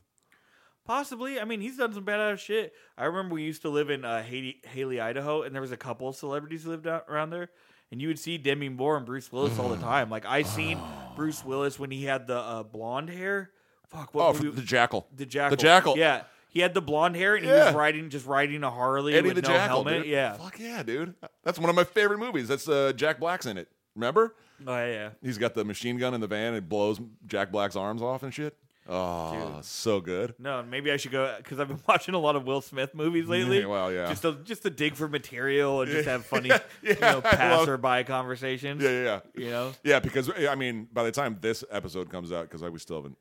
Speaker 2: Possibly. I mean, he's done some badass shit. I remember we used to live in uh, Haiti, Haley, Idaho, and there was a couple of celebrities who lived out, around there. And you would see Demi Moore and Bruce Willis all the
Speaker 1: Mm.
Speaker 2: time. Like I seen
Speaker 1: Oh.
Speaker 2: Bruce Willis when he had the uh, blonde hair. Fuck. What
Speaker 1: Oh,
Speaker 2: movie-
Speaker 1: from the jackal.
Speaker 2: the jackal.
Speaker 1: Jackal.
Speaker 2: Yeah, he had the blonde hair and he
Speaker 1: Yeah.
Speaker 2: was riding just riding a Harley
Speaker 1: Eddie
Speaker 2: with
Speaker 1: the
Speaker 2: no
Speaker 1: Jackal.
Speaker 2: helmet.
Speaker 1: dude.
Speaker 2: Yeah.
Speaker 1: Fuck yeah, dude. That's one of my favorite movies. That's uh, Jack Black's in it. Remember?
Speaker 2: Oh yeah.
Speaker 1: He's got the machine gun in the van and blows Jack Black's arms off and shit. Oh, so good.
Speaker 2: No, maybe I should go because I've been watching a lot of Will Smith movies lately.
Speaker 1: Yeah, well, yeah.
Speaker 2: Just to just to dig for material and just have funny, you
Speaker 1: Yeah, I
Speaker 2: know,
Speaker 1: love-
Speaker 2: passerby conversations.
Speaker 1: Yeah, yeah, yeah.
Speaker 2: You know.
Speaker 1: Yeah, because eh, I mean, by the time this episode comes out, because I we still haven't.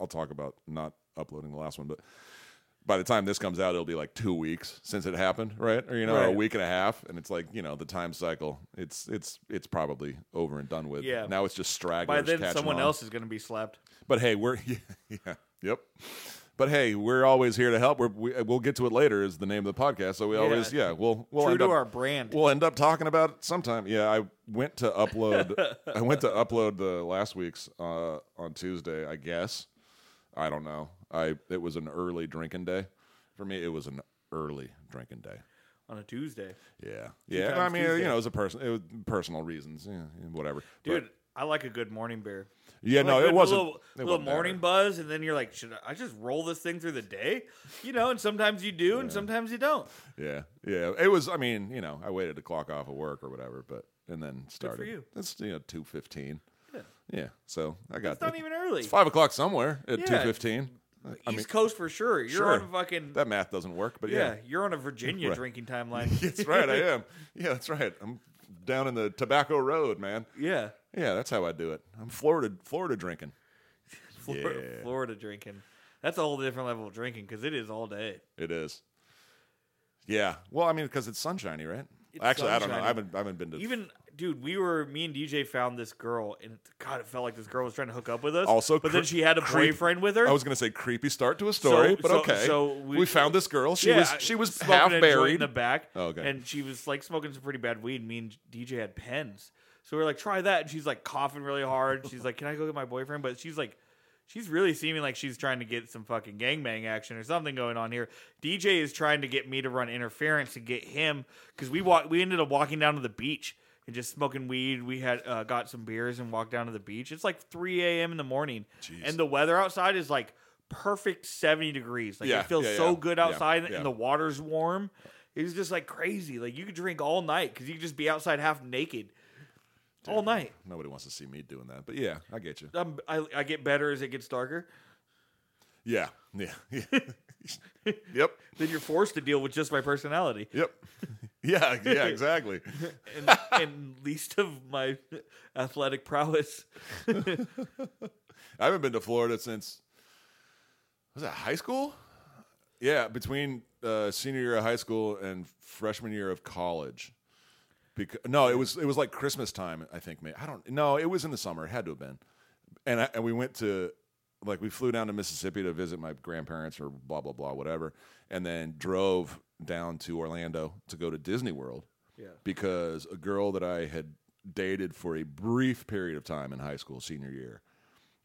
Speaker 1: I'll talk about not uploading the last one, but by the time this comes out, it'll be like two weeks since it happened, right? Or you know, or a
Speaker 2: Right.
Speaker 1: week and a half, and it's like you know the time cycle. It's it's it's probably over and done with.
Speaker 2: Yeah.
Speaker 1: Now it's just stragglers.
Speaker 2: By then,
Speaker 1: catching
Speaker 2: someone
Speaker 1: on.
Speaker 2: else is going to be slapped.
Speaker 1: But hey, we're yeah, yeah yep. But hey, we're always here to help. We're, we we'll get to it later. Is the name of the podcast? So we always yeah. We'll we'll
Speaker 2: True
Speaker 1: end
Speaker 2: to
Speaker 1: up,
Speaker 2: our brand.
Speaker 1: We'll end up talking about it sometime. Yeah, I went to upload. I went to upload the last week's uh, on Tuesday. I guess I don't know. I it was an early drinking day for me. It was an early drinking day.
Speaker 2: on a Tuesday.
Speaker 1: Yeah, yeah. I
Speaker 2: times
Speaker 1: mean, you
Speaker 2: Tuesday.
Speaker 1: know, it was a person. It was personal reasons. Yeah, whatever. But-
Speaker 2: Dude, I like a good morning beer.
Speaker 1: yeah,
Speaker 2: I
Speaker 1: no,
Speaker 2: like
Speaker 1: it
Speaker 2: a
Speaker 1: wasn't.
Speaker 2: Little,
Speaker 1: it
Speaker 2: little
Speaker 1: wasn't
Speaker 2: morning
Speaker 1: bad.
Speaker 2: buzz, and then you're like, should I just roll this thing through the day? You know, and sometimes you do, and sometimes you don't.
Speaker 1: Yeah, yeah. It was. I mean, you know, I waited to clock off of work or whatever, but and then started.
Speaker 2: you.
Speaker 1: That's you know two fifteen. Yeah. Yeah. So I got.
Speaker 2: It's not even early.
Speaker 1: It's five o'clock somewhere at
Speaker 2: Yeah. Uh,
Speaker 1: two fifteen.
Speaker 2: East Coast for sure. You're
Speaker 1: Sure.
Speaker 2: on fucking
Speaker 1: That math doesn't work, but
Speaker 2: yeah.
Speaker 1: yeah.
Speaker 2: You're on a Virginia
Speaker 1: Right.
Speaker 2: drinking timeline.
Speaker 1: that's right. I am. Yeah, that's right. I'm down in the Tobacco Road, man.
Speaker 2: yeah,
Speaker 1: Yeah, that's how I do it. I'm Florida, Florida drinking.
Speaker 2: Florida,
Speaker 1: Yeah.
Speaker 2: Florida drinking. That's a whole different level of drinking because it is all day.
Speaker 1: It is. Yeah. Well, I mean, because it's sunshiny, right?
Speaker 2: It's
Speaker 1: Actually, I don't know.
Speaker 2: sunshiny.
Speaker 1: I haven't, I haven't been to.
Speaker 2: Even dude, we were me and DJ found this girl, and God, it felt like this girl was trying to hook up with us.
Speaker 1: Also
Speaker 2: but
Speaker 1: cre-
Speaker 2: then she had a
Speaker 1: creep-
Speaker 2: boyfriend with her.
Speaker 1: I was gonna say creepy start to a story,
Speaker 2: So-
Speaker 1: but
Speaker 2: so-
Speaker 1: okay.
Speaker 2: so
Speaker 1: we,
Speaker 2: we-
Speaker 1: found this girl. She
Speaker 2: Yeah,
Speaker 1: was she was
Speaker 2: smoking
Speaker 1: half
Speaker 2: a joint in
Speaker 1: buried.
Speaker 2: the back.
Speaker 1: Oh, okay.
Speaker 2: and she was like smoking some pretty bad weed. Me and DJ had pens, so we are like, try that. And she's like coughing really hard. She's like, can I go get my boyfriend? But she's like, she's really seeming like she's trying to get some fucking gangbang action or something going on here. DJ is trying to get me to run interference and get him because we walk. We ended up walking down to the beach. And just smoking weed, we had uh, got some beers and walked down to the beach. It's like 3 a.m. in the morning, and the weather outside is like perfect 70 degrees. Like
Speaker 1: Yeah,
Speaker 2: it feels
Speaker 1: yeah,
Speaker 2: so
Speaker 1: yeah,
Speaker 2: good
Speaker 1: yeah,
Speaker 2: outside,
Speaker 1: yeah.
Speaker 2: and the water's warm. It was just like crazy. Like you could drink all night because you could just be outside half naked all night.
Speaker 1: Nobody wants to see me doing that, but yeah, I get you.
Speaker 2: I'm, I, I get better as it gets darker.
Speaker 1: Yeah, yeah, yeah. yep,
Speaker 2: Then you're forced to deal with just my personality
Speaker 1: yep. Yeah, yeah, exactly.
Speaker 2: and, and least of my athletic prowess.
Speaker 1: I haven't been to Florida since was that high school? Yeah, between uh, senior year of high school and freshman year of college. Because no, it was it was like Christmas time. I think maybe I don't. No, it was in the summer. It had to have been. And I, and we went to like we flew down to Mississippi to visit my grandparents or blah blah blah whatever, and then drove down to Orlando to go to Disney World
Speaker 2: Yeah.
Speaker 1: because a girl that I had dated for a brief period of time in high school, senior year,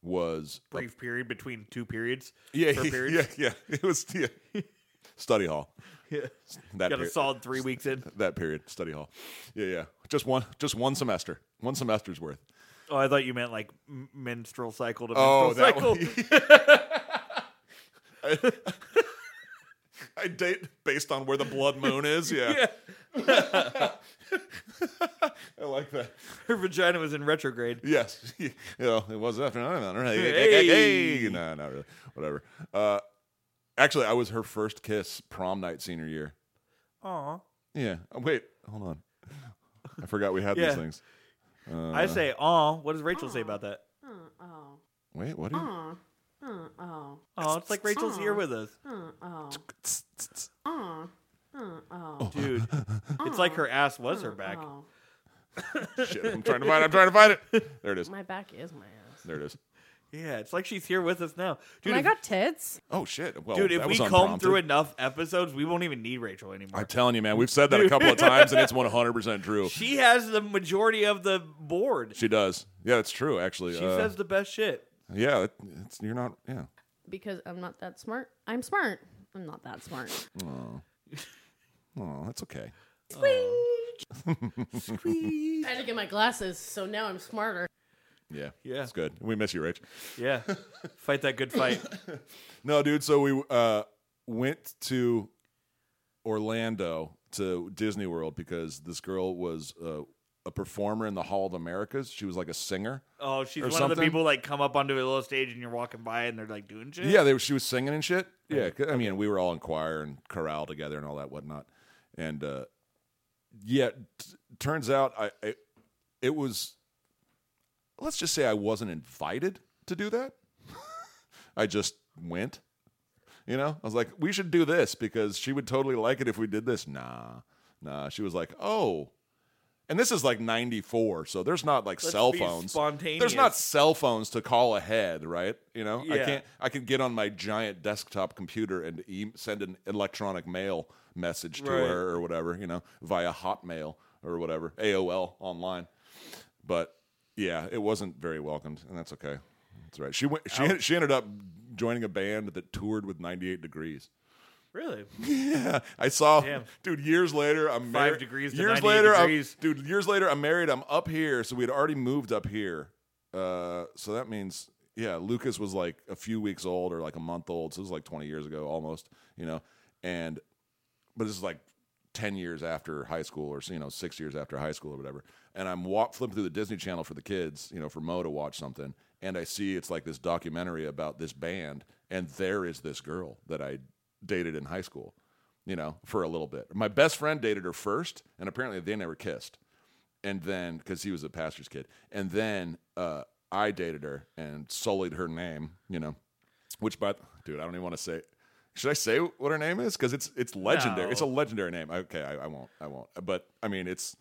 Speaker 1: was a-
Speaker 2: brief period between two periods.
Speaker 1: yeah,
Speaker 2: per period.
Speaker 1: yeah, yeah. It was yeah. study hall.
Speaker 2: Yeah.
Speaker 1: That
Speaker 2: Got a
Speaker 1: period.
Speaker 2: solid three weeks in.
Speaker 1: that period, study hall. Yeah, yeah. Just one, just one semester, one semester's worth.
Speaker 2: Oh, I thought you meant like m- menstrual cycle to
Speaker 1: Oh,
Speaker 2: menstrual cycle.
Speaker 1: I, I date based on where the blood moon is. Yeah,
Speaker 2: yeah.
Speaker 1: I like that.
Speaker 2: Her vagina was in retrograde.
Speaker 1: Yes, you know, it was after. I don't know. Hey,
Speaker 2: Hey.
Speaker 1: hey. No, not really. Whatever. Uh, actually, I was her first kiss prom night senior year.
Speaker 2: Aw.
Speaker 1: Yeah. Oh, wait, hold on. I forgot we had
Speaker 2: Yeah.
Speaker 1: these things.
Speaker 2: I
Speaker 1: Uh-huh.
Speaker 2: say, aw. What does Rachel say about that?
Speaker 4: Oh.
Speaker 1: Wait, what? Are you...
Speaker 4: Oh. Oh.
Speaker 2: Oh, it's like Rachel's here with us.
Speaker 4: Oh. Oh. Oh.
Speaker 2: Dude, it's like her ass was her back.
Speaker 4: Oh.
Speaker 1: Shit, I'm trying to find it. I'm trying to find it. There it is.
Speaker 4: My back is my ass.
Speaker 1: There it is.
Speaker 2: Yeah, it's like she's here with us now. Dude,
Speaker 4: I
Speaker 2: if,
Speaker 4: got tits.
Speaker 1: Oh shit. Well,
Speaker 2: dude, if
Speaker 1: that
Speaker 2: we
Speaker 1: was
Speaker 2: comb through
Speaker 1: unprompted.
Speaker 2: enough episodes, we won't even need Rachel anymore.
Speaker 1: I'm telling you, man, we've said that a couple of times, and it's 100 percent true.
Speaker 2: she has the majority of the board. She,
Speaker 1: She does. Yeah, it's true. Actually, uh,
Speaker 2: says the best shit.
Speaker 1: Yeah, it, it's you're not. Yeah.
Speaker 4: Because I'm not that smart. I'm smart. I'm not that smart.
Speaker 1: Oh, that's okay.
Speaker 4: I had to get my glasses, so now I'm smarter.
Speaker 1: Yeah.
Speaker 2: Yeah.
Speaker 1: It's good. We miss you, Rach.
Speaker 2: Yeah. fight that good fight.
Speaker 1: No, dude. So we uh, went to Orlando to Disney World because this girl was uh, a performer in the Hall of Americas. She was like a singer.
Speaker 2: Oh, she's
Speaker 1: Or
Speaker 2: one of the
Speaker 1: something.
Speaker 2: people like come up onto a little stage and you're walking by and they're like doing shit.
Speaker 1: Yeah, they were, she was singing and shit. Yeah, 'cause, I mean, we were all in choir and chorale together and all that whatnot. And uh, yeah, t- turns out I, I it was. Let's just say I wasn't invited to do that. I just went. You know, I was like, we should do this because she would totally like it if we did this. Nah, nah. She was like, oh. And this is like 94, so there's not like cell
Speaker 2: be
Speaker 1: phones. There's
Speaker 2: spontaneous.
Speaker 1: not cell phones to call ahead, right? You know, I
Speaker 2: Yeah.
Speaker 1: can't. I can get on my giant desktop computer and e- send an electronic mail message to
Speaker 2: Right.
Speaker 1: her or whatever, you know, via Hotmail or whatever, AOL online. But yeah, it wasn't very welcomed, and that's okay. That's right. She went. She she ended up joining a band that toured with 98 Degrees.
Speaker 2: Really?
Speaker 1: Yeah, I saw,
Speaker 2: Damn.
Speaker 1: dude. Years later, I'm married.
Speaker 2: degrees to
Speaker 1: Years
Speaker 2: 98
Speaker 1: later, I'm-
Speaker 2: degrees.
Speaker 1: dude. Years later, I'm married. I'm up here, so we had already moved up here. Uh, so that means, yeah, Lucas was like a few weeks old or like a month old. So it was like 20 years ago, almost. You know, and but this is like 10 years after high school or you know six years after high school or whatever and i'm walk, flipping through the disney channel for the kids you know for mo to watch something and i see it's like this documentary about this band and there is this girl that i dated in high school you know for a little bit my best friend dated her first and apparently they never kissed and then because he was a pastor's kid and then uh, i dated her and sullied her name you know which by dude i don't even want to say should i say what her name is because it's it's legendary
Speaker 2: No.
Speaker 1: it's a legendary name okay I, I won't i won't but i mean it's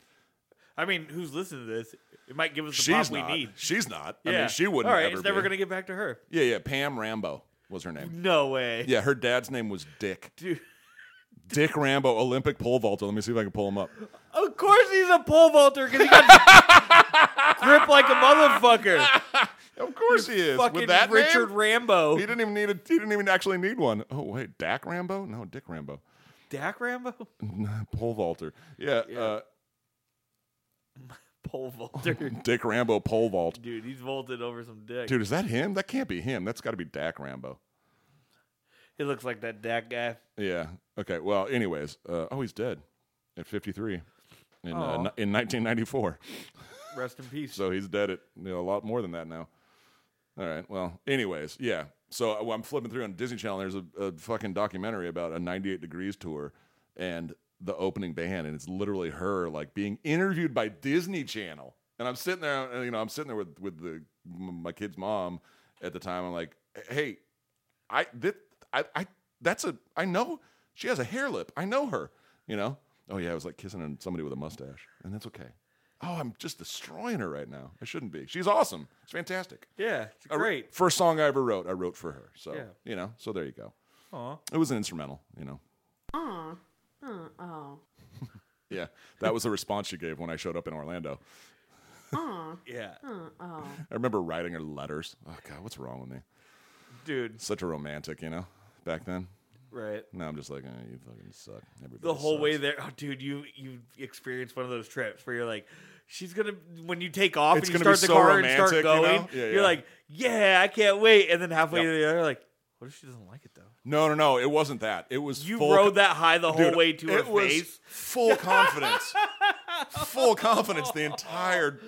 Speaker 2: I mean, who's listening to this? It might give us the
Speaker 1: she's
Speaker 2: pop we
Speaker 1: not
Speaker 2: need.
Speaker 1: she's not
Speaker 2: Yeah.
Speaker 1: i mean she wouldn't
Speaker 2: All right,
Speaker 1: ever
Speaker 2: it's never
Speaker 1: be.
Speaker 2: gonna get back to her.
Speaker 1: yeah yeah pam rambo was her name
Speaker 2: No way.
Speaker 1: yeah her dad's name was dick
Speaker 2: Dude.
Speaker 1: dick rambo olympic pole vaulter let me see if i can pull him up
Speaker 2: Of course he's a pole vaulter because he got grip like a motherfucker.
Speaker 1: of course he is
Speaker 2: Fucking
Speaker 1: with that name?
Speaker 2: Richard Rambo.
Speaker 1: he didn't even need a he didn't even actually need one. Oh wait, Dak Rambo? No, Dick Rambo.
Speaker 2: Dak Rambo?
Speaker 1: Pole vaulter. Yeah, Uh,
Speaker 2: Pole vaulter.
Speaker 1: Dick Rambo pole vault.
Speaker 2: Dude, he's vaulted over some dick.
Speaker 1: Dude, is that him? That can't be him. That's got to be Dak Rambo.
Speaker 2: He looks like that Dak guy.
Speaker 1: Yeah. Okay. Well, anyways, uh, oh, he's dead at 53 in uh,
Speaker 2: Aw.
Speaker 1: n- in 1994.
Speaker 2: Rest in peace.
Speaker 1: So he's dead at you know, a lot more than that now. All right. Well, anyways, yeah. So uh, well, I'm flipping through on Disney Channel. There's a, a fucking documentary about a 98 Degrees tour and the opening band, and it's literally her like being interviewed by Disney Channel. And I'm sitting there, and you know, I'm sitting there with with the m- my kid's mom at the time. I'm like, hey, I that I, I that's a I know she has a hair lip. I know her. You know. Oh yeah, I was like kissing on somebody with a mustache, and that's okay. Oh, I'm just destroying her right now. I shouldn't be. She's awesome. It's fantastic.
Speaker 2: yeah, it's
Speaker 1: I wr-
Speaker 2: great.
Speaker 1: First song I ever wrote, I wrote for her. So
Speaker 2: Yeah.
Speaker 1: you know, so there you go.
Speaker 2: Aw.
Speaker 1: It was an instrumental. You know.
Speaker 4: Oh. Oh.
Speaker 1: Yeah, that was the response she gave when I showed up in Orlando.
Speaker 4: Aw.
Speaker 2: Yeah,
Speaker 4: Huh, oh.
Speaker 1: I remember writing her letters. Oh God, what's wrong with me?
Speaker 2: dude.
Speaker 1: Such a romantic, you know, back then.
Speaker 2: Right.
Speaker 1: Now I'm just like, eh, you fucking suck. Everybody
Speaker 2: The whole way
Speaker 1: sucks.
Speaker 2: there, oh, dude, you you experience one of those trips where you're like, she's gonna when you take off
Speaker 1: It's
Speaker 2: and you
Speaker 1: gonna be
Speaker 2: start the
Speaker 1: so
Speaker 2: car and
Speaker 1: romantic,
Speaker 2: start
Speaker 1: you
Speaker 2: going,
Speaker 1: know? Yeah,
Speaker 2: are
Speaker 1: yeah.
Speaker 2: like, yeah, I can't wait. And then halfway
Speaker 1: Yep.
Speaker 2: to the other, like, what if she doesn't like it though?
Speaker 1: No, no, no. It wasn't that. It was
Speaker 2: You
Speaker 1: full
Speaker 2: rode
Speaker 1: co-
Speaker 2: that high the whole
Speaker 1: Dude,
Speaker 2: way to her
Speaker 1: it was
Speaker 2: face.
Speaker 1: Full confidence. full confidence the entire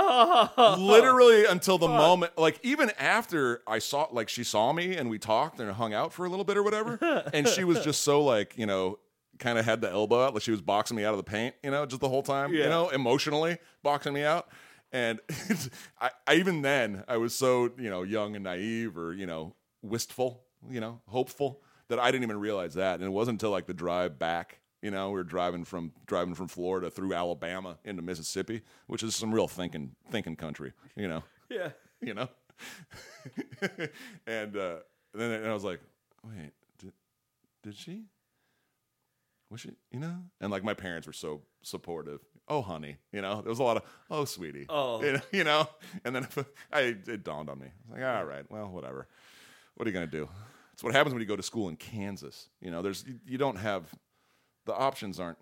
Speaker 2: Oh,
Speaker 1: literally until the moment like even after I saw like she saw me and we talked and hung out for a little bit or whatever and she was just so like, you know, kind of had the elbow out like she was boxing me out of the paint, you know, just the whole time,
Speaker 2: Yeah.
Speaker 1: you know, emotionally boxing me out. And I, I even then I was so, you know, young and naive or, you know, wistful, you know, hopeful that I didn't even realize that. And it wasn't until like the drive back you know, we were driving from driving from Florida through Alabama into Mississippi, which is some real thinking thinking country. You know,
Speaker 2: yeah.
Speaker 1: you know. and uh, then and I was like, wait, did, did she? Was she? You know? And like my parents were so supportive. Oh, honey, you know. There was a lot of oh, sweetie.
Speaker 2: Oh.
Speaker 1: you know. You know? And then I, it dawned on me. I was like, all right, well, whatever. What are you gonna do? It's what happens when you go to school in Kansas. You know, there's you, you don't have the options aren't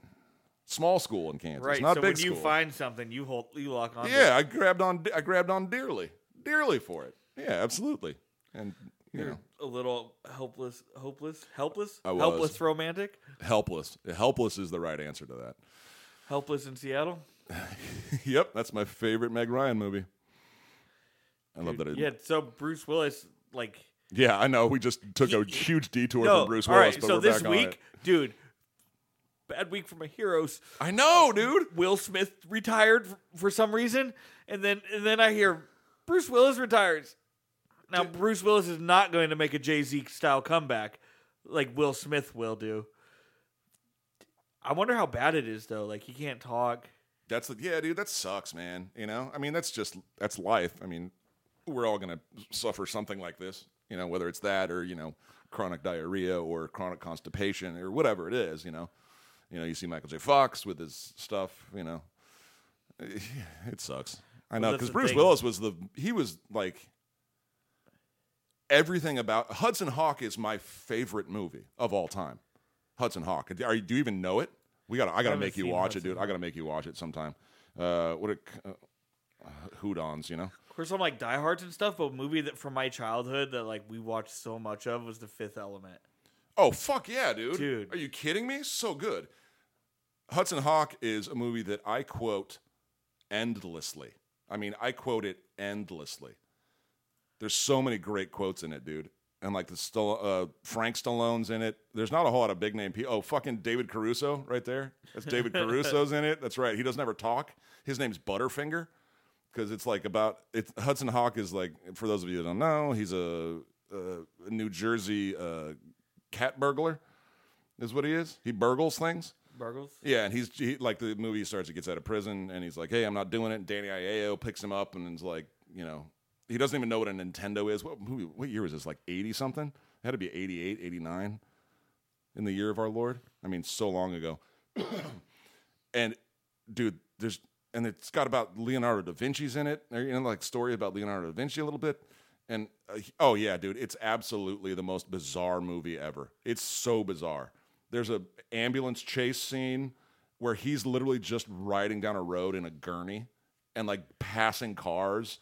Speaker 1: small school in Kansas,
Speaker 2: Right.
Speaker 1: not
Speaker 2: so
Speaker 1: big
Speaker 2: when
Speaker 1: school.
Speaker 2: you find something, you hold, you lock on.
Speaker 1: Yeah, I grabbed on. I grabbed on dearly, dearly for it. Yeah, absolutely. And you
Speaker 2: you're
Speaker 1: know,
Speaker 2: a little helpless, hopeless, helpless,
Speaker 1: I was.
Speaker 2: helpless, romantic,
Speaker 1: helpless. Helpless is the right answer to that.
Speaker 2: helpless in Seattle.
Speaker 1: yep, that's my favorite Meg Ryan movie. I love that. It,
Speaker 2: Yeah. So Bruce Willis, like,
Speaker 1: yeah, I know. We just took a huge detour
Speaker 2: no,
Speaker 1: from Bruce
Speaker 2: all
Speaker 1: Willis,
Speaker 2: right,
Speaker 1: but
Speaker 2: so
Speaker 1: we're
Speaker 2: this
Speaker 1: back on it.
Speaker 2: week, dude, bad week for my heroes.
Speaker 1: I know, dude.
Speaker 2: Will Smith retired f- for some reason, and then and then I hear Bruce Willis retires. Now Bruce Willis is not going to make a Jay Z style comeback like Will Smith will do. I wonder how bad it is though. Like he can't talk.
Speaker 1: That's the, yeah, dude. That sucks, man. You know, I mean, that's just that's life. I mean, we're all gonna suffer something like this. You know, whether it's that or you know, chronic diarrhea or chronic constipation or whatever it is. You know, you know, you see Michael J. Fox with his stuff. You know, it sucks. I know
Speaker 2: that's
Speaker 1: because
Speaker 2: the
Speaker 1: Bruce
Speaker 2: thing.
Speaker 1: Willis was the he was like everything about Hudson Hawk is my favorite movie of all time. Hudson Hawk. Are you, do you even know it? We got. to I gotta
Speaker 2: haven't
Speaker 1: make you
Speaker 2: seen
Speaker 1: watch
Speaker 2: Hudson
Speaker 1: it, dude. I gotta make you watch it sometime. Uh, what a c- uh, hoodons, you know?
Speaker 2: Of course, I'm like diehards and stuff, but a movie that from my childhood that like we watched so much of was The Fifth Element.
Speaker 1: Oh fuck yeah, dude!
Speaker 2: Dude.
Speaker 1: are you kidding me? So good. Hudson Hawk is a movie that I quote endlessly. I mean, I quote it endlessly. There's so many great quotes in it, dude. And like the Sto- uh, Frank Stallone's in it. There's not a whole lot of big name people. Oh, fucking David Caruso right there. That's David Caruso's in it. That's right. He doesn't ever talk. His name's Butterfinger because it's like about it's Hudson Hawk is like for those of you that don't know, he's a, a New Jersey uh, cat burglar is what he is. He burgles things.
Speaker 2: Burgles.
Speaker 1: Yeah, and he's he, like the movie starts. He gets out of prison, and he's like, "Hey, I'm not doing it." And Danny Aiello picks him up, and is like, you know, he doesn't even know what a Nintendo is. What movie? What year was this? Like eighty something? It had to be 88, 89 in the year of our Lord. I mean, so long ago. and dude, there's and it's got about Leonardo da Vinci's in it. Or, you know, like story about Leonardo da Vinci a little bit. And uh, he- oh yeah, dude, it's absolutely the most bizarre movie ever. It's so bizarre. There's a ambulance chase scene where he's literally just riding down a road in a gurney and like passing cars.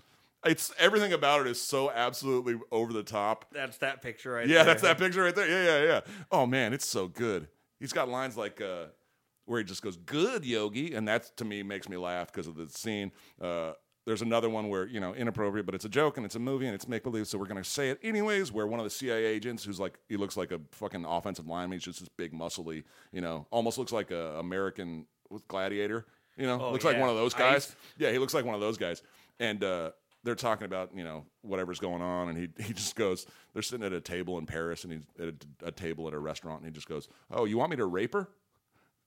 Speaker 1: It's everything about it is so absolutely over the top.
Speaker 2: That's that picture right
Speaker 1: Yeah,
Speaker 2: there.
Speaker 1: that's that picture right there. Yeah, yeah, yeah. Oh man, it's so good. He's got lines like uh, where he just goes, "Good Yogi," and that to me makes me laugh because of the scene. Uh, there's another one where you know inappropriate, but it's a joke and it's a movie and it's make believe, so we're gonna say it anyways. Where one of the CIA agents, who's like, he looks like a fucking offensive lineman. He's just this big, muscly, you know, almost looks like a American gladiator. You know,
Speaker 2: Oh,
Speaker 1: looks
Speaker 2: yeah.
Speaker 1: like one of those guys.
Speaker 2: Ice.
Speaker 1: Yeah, he looks like one of those guys. And uh, they're talking about you know whatever's going on, and he he just goes. They're sitting at a table in Paris, and he's at a, a table at a restaurant, and he just goes, "Oh, you want me to rape her?"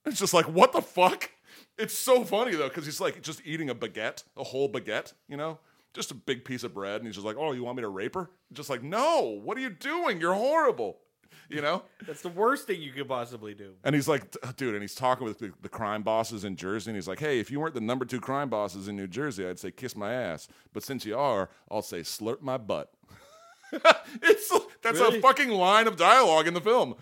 Speaker 1: It's just like what the fuck. It's so funny though because he's like just eating a baguette, a whole baguette, you know, just a big piece of bread, and he's just like, "Oh, you want me to rape her?" Just like, no, what are you doing? You're horrible. you know?
Speaker 2: That's the worst thing you could possibly do.
Speaker 1: And he's like, "T- dude, and he's talking with the, the crime bosses in Jersey, and he's like, hey, if you weren't the number two crime bosses in New Jersey, I'd say kiss my ass. But since you are, I'll say slurp my butt. it's that's
Speaker 2: Really?
Speaker 1: a fucking line of dialogue in the film.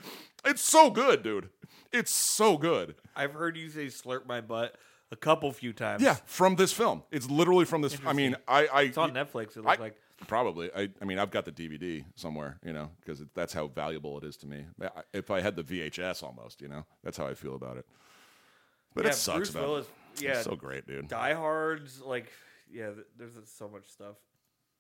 Speaker 1: It's so good, dude. It's so good.
Speaker 2: I've heard you say slurp my butt a couple few times.
Speaker 1: Yeah, from this film. It's literally from this. I mean, I, I
Speaker 2: It's on Netflix, it
Speaker 1: I,
Speaker 2: looks like.
Speaker 1: probably. I, I mean, I've got the DVD somewhere, you know, because that's how valuable it is to me. I- If I had the VHS, almost, you know, that's how I feel about it. But
Speaker 2: yeah,
Speaker 1: it sucks
Speaker 2: Bruce
Speaker 1: about
Speaker 2: Willis.
Speaker 1: It's
Speaker 2: Yeah.
Speaker 1: so great, dude.
Speaker 2: Die Hard's like yeah, th- there's so much stuff.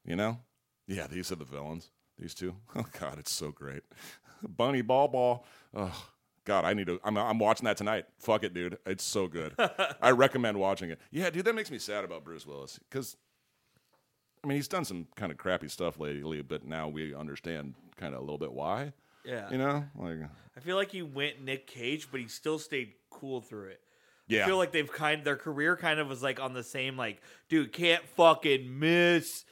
Speaker 1: You know? Yeah, these are the villains. These two. Oh God, it's so great. Bunny Ball Ball. Oh God, I need to. I'm, I'm watching that tonight. Fuck it, dude. It's so good. I recommend watching it. Yeah, dude, that makes me sad about Bruce Willis because, I mean, he's done some kind of crappy stuff lately, but now we understand kind of a little bit why.
Speaker 2: Yeah.
Speaker 1: You know, like
Speaker 2: I feel like he went Nick Cage, but he still stayed cool through it.
Speaker 1: yeah,
Speaker 2: I feel like they've kind their career kind of was like on the same like, dude, can't fucking miss.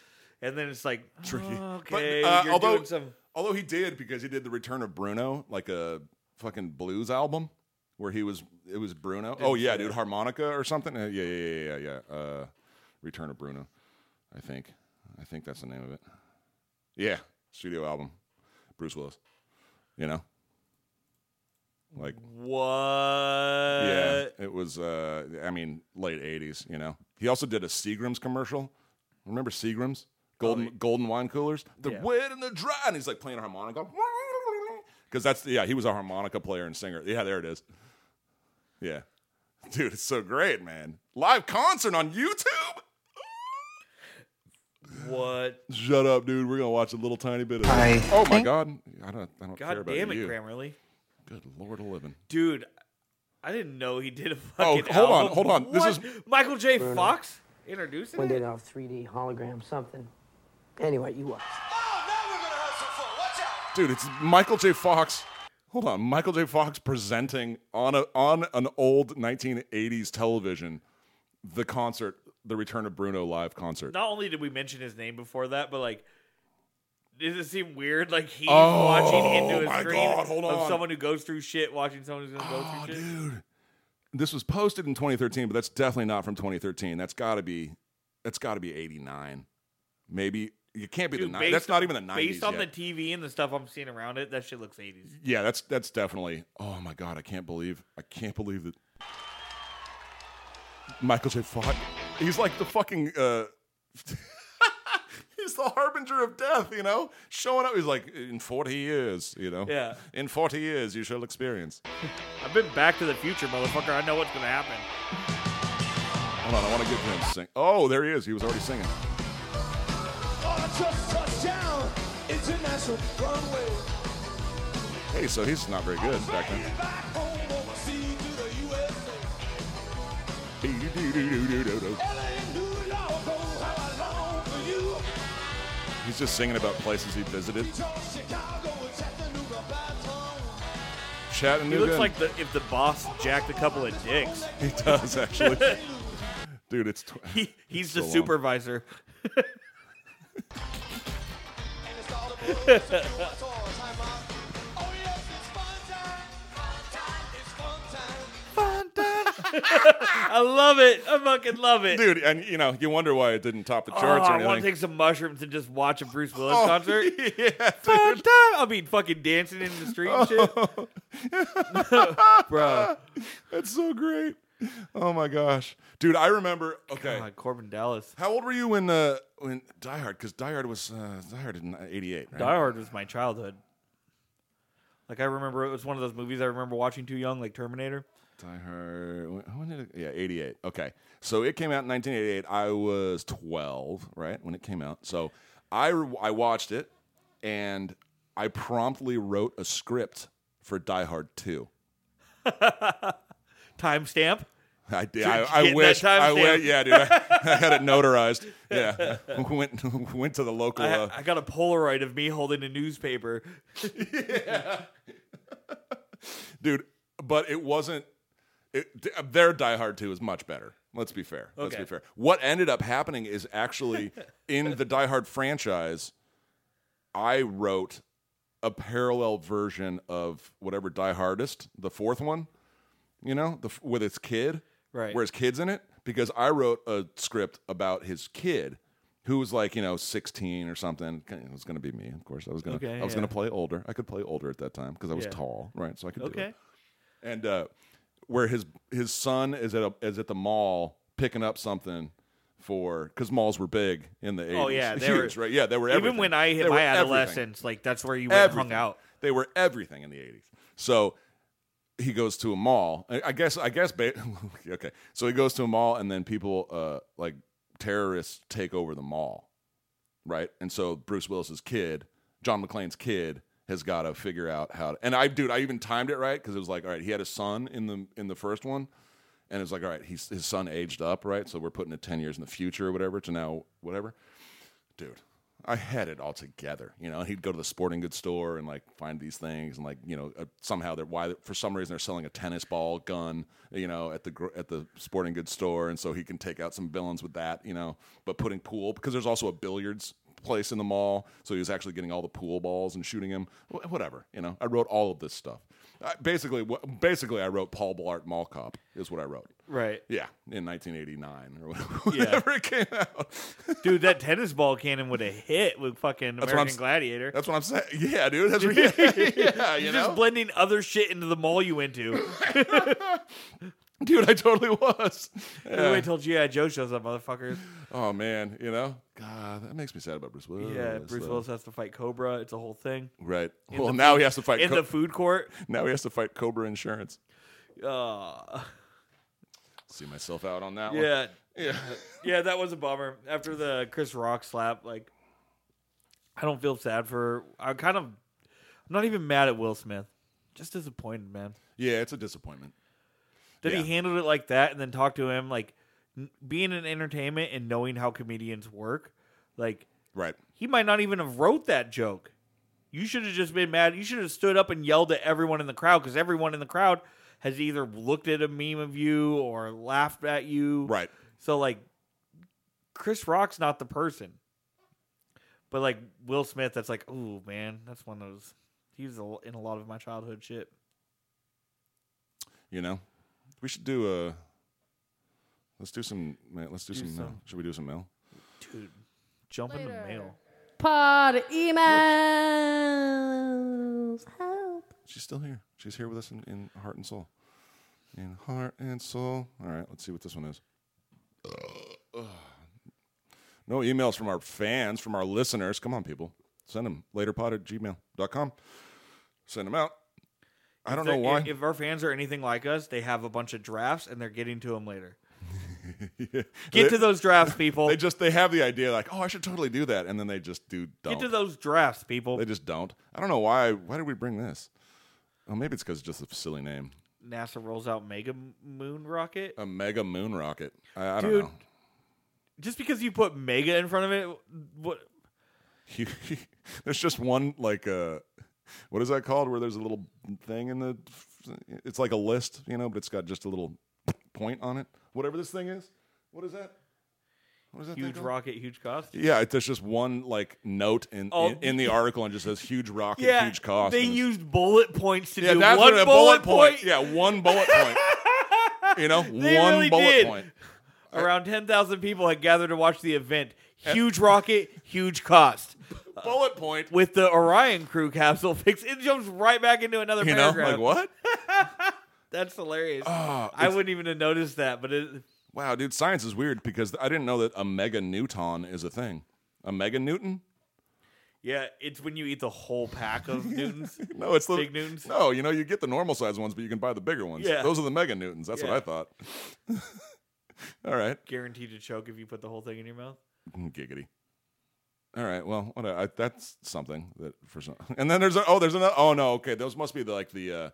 Speaker 2: And then it's like
Speaker 1: tricky.
Speaker 2: Okay,
Speaker 1: But, uh,
Speaker 2: you're
Speaker 1: although
Speaker 2: doing some
Speaker 1: although he did because he did the Return of Bruno, like a fucking blues album where he was it was Bruno. oh yeah, dude, harmonica or something. Uh, yeah, yeah, yeah, yeah, yeah. Uh, Return of Bruno, I think. I think that's the name of it. Yeah, studio album, Bruce Willis. You know, like
Speaker 2: what?
Speaker 1: yeah, it was. Uh, I mean, late '80s. You know, he also did a Seagram's commercial. Remember Seagram's golden golden wine coolers? The
Speaker 2: Oh, Yeah.
Speaker 1: wet and the dry, and he's like playing a harmonica. Because that's yeah, he was a harmonica player and singer. Yeah, there it is. Yeah, dude, it's so great, man. Live concert on YouTube.
Speaker 2: What?
Speaker 1: Shut up, dude. We're gonna watch a little tiny bit of.
Speaker 5: I
Speaker 1: oh my
Speaker 5: think-
Speaker 1: god, I don't. I don't care
Speaker 2: God
Speaker 1: about
Speaker 2: damn it,
Speaker 1: you.
Speaker 2: Grammarly.
Speaker 1: Good lord, of living.
Speaker 2: Dude, I didn't know he did a
Speaker 1: Oh,
Speaker 2: fucking
Speaker 1: hold on,
Speaker 2: album.
Speaker 1: hold on. This
Speaker 2: What? Michael J. Fox introducing
Speaker 6: One
Speaker 2: it?
Speaker 6: day they'll have 3D hologram something. Anyway, you watch.
Speaker 1: dude it's michael j fox hold on michael j fox presenting on a on an old 1980s television the concert the return of bruno live concert
Speaker 2: not only did we mention his name before that, but like, does it seem weird? Like he's
Speaker 1: Oh,
Speaker 2: watching into a
Speaker 1: my
Speaker 2: screen
Speaker 1: God, hold
Speaker 2: of
Speaker 1: on.
Speaker 2: someone who goes through shit, watching someone who's gonna go
Speaker 1: oh
Speaker 2: through shit.
Speaker 1: dude this was posted in 2013 but that's definitely not from 2013 that's gotta be that's gotta be 89 maybe it can't be
Speaker 2: Dude,
Speaker 1: the 90s that's not even the 90s
Speaker 2: Based on
Speaker 1: yet.
Speaker 2: the TV and the stuff I'm seeing around it, that shit looks 80s.
Speaker 1: yeah that's that's definitely oh my god i can't believe i can't believe that michael j fox he's like the fucking uh he's the harbinger of death you know showing up he's like in 40 years you know
Speaker 2: Yeah.
Speaker 1: in 40 years you shall experience
Speaker 2: I've been back to the future, motherfucker. I know what's gonna happen.
Speaker 1: hold on i want to get him to sing oh there he is he was already singing
Speaker 7: touchdown, international runway.
Speaker 1: hey so he's not very good back then
Speaker 7: Back home overseas to the USA. LA, New York, oh, how I long for you.
Speaker 1: he's just singing about places he visited
Speaker 7: Detroit, Chicago, and Chattanooga, Baton.
Speaker 2: He
Speaker 1: chattanooga
Speaker 2: looks
Speaker 1: and-
Speaker 2: like the if the boss jacked a couple of dicks.
Speaker 1: he does actually dude it's tw-
Speaker 2: He, he's
Speaker 1: so
Speaker 2: the
Speaker 1: long.
Speaker 2: supervisor.
Speaker 7: And it's all aboard. It's a new one, so all time out. Oh, yes, it's fun time. Fun time. It's fun time.
Speaker 2: I love it. I fucking love it.
Speaker 1: dude and you know you wonder why it didn't top the
Speaker 2: Oh,
Speaker 1: charts or
Speaker 2: I want to
Speaker 1: anything
Speaker 2: take some mushrooms and just watch a Bruce Willis
Speaker 1: Oh,
Speaker 2: concert.
Speaker 1: yeah,
Speaker 2: Fun time. I'll be fucking dancing in the street and shit.
Speaker 1: Oh.
Speaker 2: Bro.
Speaker 1: that's so great oh my gosh dude i remember okay
Speaker 2: God, Oh, Corbin Dallas.
Speaker 1: how old were you when uh when die hard because die hard was uh die hard in 88 right?
Speaker 2: Die Hard was my childhood. Like I remember it was one of those movies I remember watching too young, like Terminator.
Speaker 1: Die Hard. When, when did it? Yeah, 88. Okay. So it came out in 1988. I was 12, right, when it came out. So I, re- I watched it and I promptly wrote a script for Die Hard 2.
Speaker 2: Timestamp.
Speaker 1: I did.
Speaker 2: you
Speaker 1: I,
Speaker 2: get
Speaker 1: I
Speaker 2: that
Speaker 1: wish. I
Speaker 2: timestamp?
Speaker 1: wish. Yeah, dude. I, I had it notarized. Yeah. went went to the local.
Speaker 2: I,
Speaker 1: uh,
Speaker 2: I got a Polaroid of me holding a newspaper.
Speaker 1: dude. But it wasn't. It, d- their Die Hard Two is much better. Let's be fair. Let's be
Speaker 2: Okay.
Speaker 1: fair. What ended up happening is actually in the Die Hard franchise, I wrote a parallel version of whatever Die Hardest, the fourth one, you know, the, f- with his kid,
Speaker 2: Right.
Speaker 1: Where his kid's in it, because I wrote a script about his kid, who was like you know sixteen or something. It was going to be me, of course. I was going to
Speaker 2: Okay,
Speaker 1: I was
Speaker 2: yeah.
Speaker 1: going to play older. I could play older at that time because I was
Speaker 2: Yeah.
Speaker 1: tall, right? So I could do it
Speaker 2: Okay.
Speaker 1: and uh, where his his son is at a, is at the mall picking up something for because malls were big in the 80s.
Speaker 2: Oh yeah, they
Speaker 1: Huge,
Speaker 2: were
Speaker 1: right? Yeah, they were everything.
Speaker 2: Even when I
Speaker 1: They
Speaker 2: hit
Speaker 1: were
Speaker 2: my
Speaker 1: everything.
Speaker 2: adolescence, like that's where you went and
Speaker 1: everything.
Speaker 2: hung out.
Speaker 1: They were everything in the 80s. So he goes to a mall. I I guess I guess ba- okay. So he goes to a mall and then people uh like terrorists take over the mall. Right? And so Bruce Willis's kid, John McClane's kid has got to figure out how to. And I dude, I even timed it right cuz it was like all right, he had a son in the in the first one. And it's like, all right, he's, his son aged up, right? So we're putting it 10 years in the future or whatever to now, whatever dude, I had it all together. You know, he'd go to the sporting goods store and like find these things and like you know uh, somehow they're why for some reason they're selling a tennis ball gun you know at the gr- at the sporting goods store and so he can take out some villains with that you know but putting pool because there's also a billiards place in the mall so he was actually getting all the pool balls and shooting them Wh- whatever you know I wrote all of this stuff I, basically what basically I wrote Paul Blart Mall Cop is what I wrote
Speaker 2: Right.
Speaker 1: yeah in 1989 or whatever it came out.
Speaker 2: Dude, that tennis ball cannon would have hit with fucking
Speaker 1: what I'm
Speaker 2: American
Speaker 1: s-
Speaker 2: Gladiator.
Speaker 1: That's what I'm saying. Yeah, dude. That's what, yeah, you
Speaker 2: You're
Speaker 1: know,
Speaker 2: just blending other shit into the mall you went to.
Speaker 1: dude. I totally was.
Speaker 2: Yeah.
Speaker 1: Yeah.
Speaker 2: Wait till GI Joe shows up, motherfuckers.
Speaker 1: Oh man, you know, God, that makes me sad about Bruce Willis.
Speaker 2: Yeah, Bruce
Speaker 1: though.
Speaker 2: Willis has to fight Cobra. It's a whole thing.
Speaker 1: Right.
Speaker 2: In
Speaker 1: well,
Speaker 2: the
Speaker 1: now
Speaker 2: food-
Speaker 1: he has to fight.
Speaker 2: in
Speaker 1: Co-
Speaker 2: the food court.
Speaker 1: now he has to fight Cobra Insurance.
Speaker 2: Uh,
Speaker 1: See myself out on that one.
Speaker 2: yeah,
Speaker 1: Yeah.
Speaker 2: yeah, that was a bummer. After the Chris Rock slap, like, I don't feel sad for. I kind of, I'm not even mad at Will Smith. Just disappointed, man.
Speaker 1: Yeah, it's a disappointment.
Speaker 2: that
Speaker 1: Yeah.
Speaker 2: he handled it like that and then talked to him like n- being in entertainment and knowing how comedians work like
Speaker 1: Right.
Speaker 2: he might not even have wrote that joke you should have just been mad you should have stood up and yelled at everyone in the crowd because everyone in the crowd has either looked at a meme of you or laughed at you
Speaker 1: Right.
Speaker 2: so like chris rock's not the person but like will smith that's like ooh man that's one of those he's a- in a lot of my childhood shit
Speaker 1: You know, we should do a. Let's do some. ma- Let's do, some. mail.
Speaker 2: some.
Speaker 1: Should we do some mail?
Speaker 2: dude jump in the
Speaker 4: Later.
Speaker 2: mail
Speaker 4: Pod emails. Help.
Speaker 1: She's still here. She's here with us in, in heart and soul. In heart and soul. All right, let's see what this one is. No emails from our fans, from our listeners. Come on, people. Send them laterpod at gmail.com. Send them out. I don't know
Speaker 2: They're-
Speaker 1: why.
Speaker 2: If, if our fans are anything like us, they have a bunch of drafts and they're getting to them later. Get
Speaker 1: They-
Speaker 2: to those drafts, people.
Speaker 1: They just they have the idea like, oh, I should totally do that, and then they just do don't.
Speaker 2: Get to those drafts, people.
Speaker 1: they just don't. I don't know why. Why did we bring this? Oh, maybe it's because it's just a silly name.
Speaker 2: NASA rolls out Mega Moon rocket.
Speaker 1: A mega moon rocket. I, I don't
Speaker 2: Dude.
Speaker 1: know.
Speaker 2: Just because you put Mega in front of it, what?
Speaker 1: He- he- there's just one like uh what is that called where there's a little thing in the it's like a list you know but it's got just a little point on it whatever this thing is what is that what is that thing
Speaker 2: Huge
Speaker 1: called?
Speaker 2: rocket, huge cost.
Speaker 1: yeah it- there's just one like note in
Speaker 2: Oh.
Speaker 1: in, in the article and just says huge rocket
Speaker 2: Yeah,
Speaker 1: huge cost
Speaker 2: they
Speaker 1: and it's-
Speaker 2: used bullet points to
Speaker 1: yeah
Speaker 2: do
Speaker 1: that's
Speaker 2: one
Speaker 1: what a
Speaker 2: bullet, point.
Speaker 1: yeah one bullet point you know
Speaker 2: They
Speaker 1: one
Speaker 2: really
Speaker 1: bullet
Speaker 2: did.
Speaker 1: point
Speaker 2: Around ten thousand people had gathered to watch the event. Huge rocket, huge cost.
Speaker 1: bullet point
Speaker 2: With the Orion crew capsule fix, it jumps right back into another
Speaker 1: you know like
Speaker 2: paragraph.
Speaker 1: what
Speaker 2: That's hilarious.
Speaker 1: Ah,
Speaker 2: I wouldn't even have noticed that, but it,
Speaker 1: Wow, dude, science is weird because I didn't know that a mega newton is a thing. A mega newton?
Speaker 2: yeah, it's when you eat the whole pack of Newtons.
Speaker 1: No, it's the
Speaker 2: Big newtons?
Speaker 1: No, you know, you get the normal size ones, but you can buy the bigger ones.
Speaker 2: Yeah.
Speaker 1: Those are the mega newtons. That's
Speaker 2: Yeah.
Speaker 1: what I thought. All right, Mm,
Speaker 2: Guaranteed to choke if you put the whole thing in your mouth.
Speaker 1: giggity. All right, well, what a- I, that's something that for some. And then there's a, oh, there's another. Oh no, okay, those must be the, like the uh,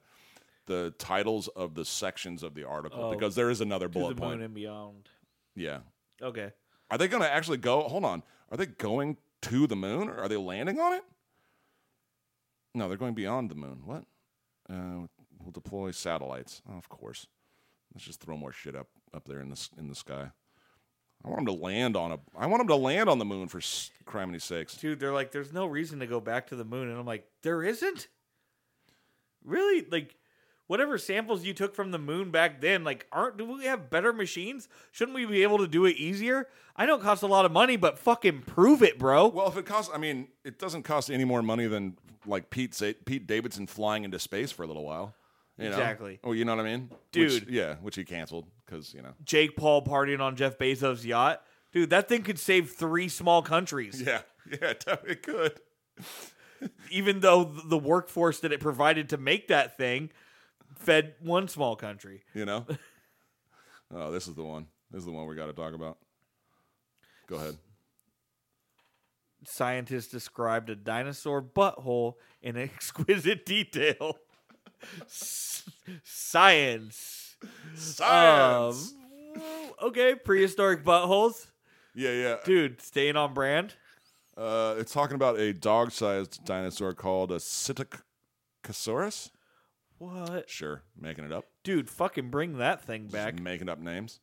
Speaker 1: the titles of the sections of the article
Speaker 2: Oh.
Speaker 1: because there is another
Speaker 2: To
Speaker 1: bullet
Speaker 2: the
Speaker 1: point.
Speaker 2: moon and beyond.
Speaker 1: Yeah,
Speaker 2: Okay.
Speaker 1: are they going to actually go? Hold on, are they going to the moon or are they landing on it? No, they're going beyond the moon. What? Uh, we'll deploy satellites. Oh, of course. Let's just throw more shit up up there in the s- in the sky. I want him to land on a. I want him to land on the moon for s- criminy sakes.
Speaker 2: dude, they're like, there's no reason to go back to the moon. And I'm like, there isn't? Really? Like, whatever samples you took from the moon back then, like, aren't, do we have better machines? Shouldn't we be able to do it easier? I know it costs a lot of money, but fucking prove it, bro.
Speaker 1: Well, if it costs, I mean, it doesn't cost any more money than like Pete Sa- Pete Davidson flying into space for a little while. You know?
Speaker 2: Exactly.
Speaker 1: Oh, you know what I mean,
Speaker 2: Dude.
Speaker 1: Which- yeah, which he canceled because you know.
Speaker 2: Jake Paul partying on Jeff Bezos' yacht. Dude, that thing could save three small countries,
Speaker 1: Yeah, yeah, it could.
Speaker 2: even though th- the workforce that it provided to make that thing fed one small country.
Speaker 1: You know. oh, this is the one. This is the one we got to talk about. Go ahead.
Speaker 2: Scientists described a dinosaur butthole in exquisite detail. S- Science. Um, okay, prehistoric buttholes.
Speaker 1: yeah, yeah.
Speaker 2: Dude, staying on brand.
Speaker 1: Uh, it's talking about a dog-sized dinosaur called a Psittacosaurus.
Speaker 2: What?
Speaker 1: Sure, making it up.
Speaker 2: Dude, fucking bring that thing
Speaker 1: Just
Speaker 2: back.
Speaker 1: making up names.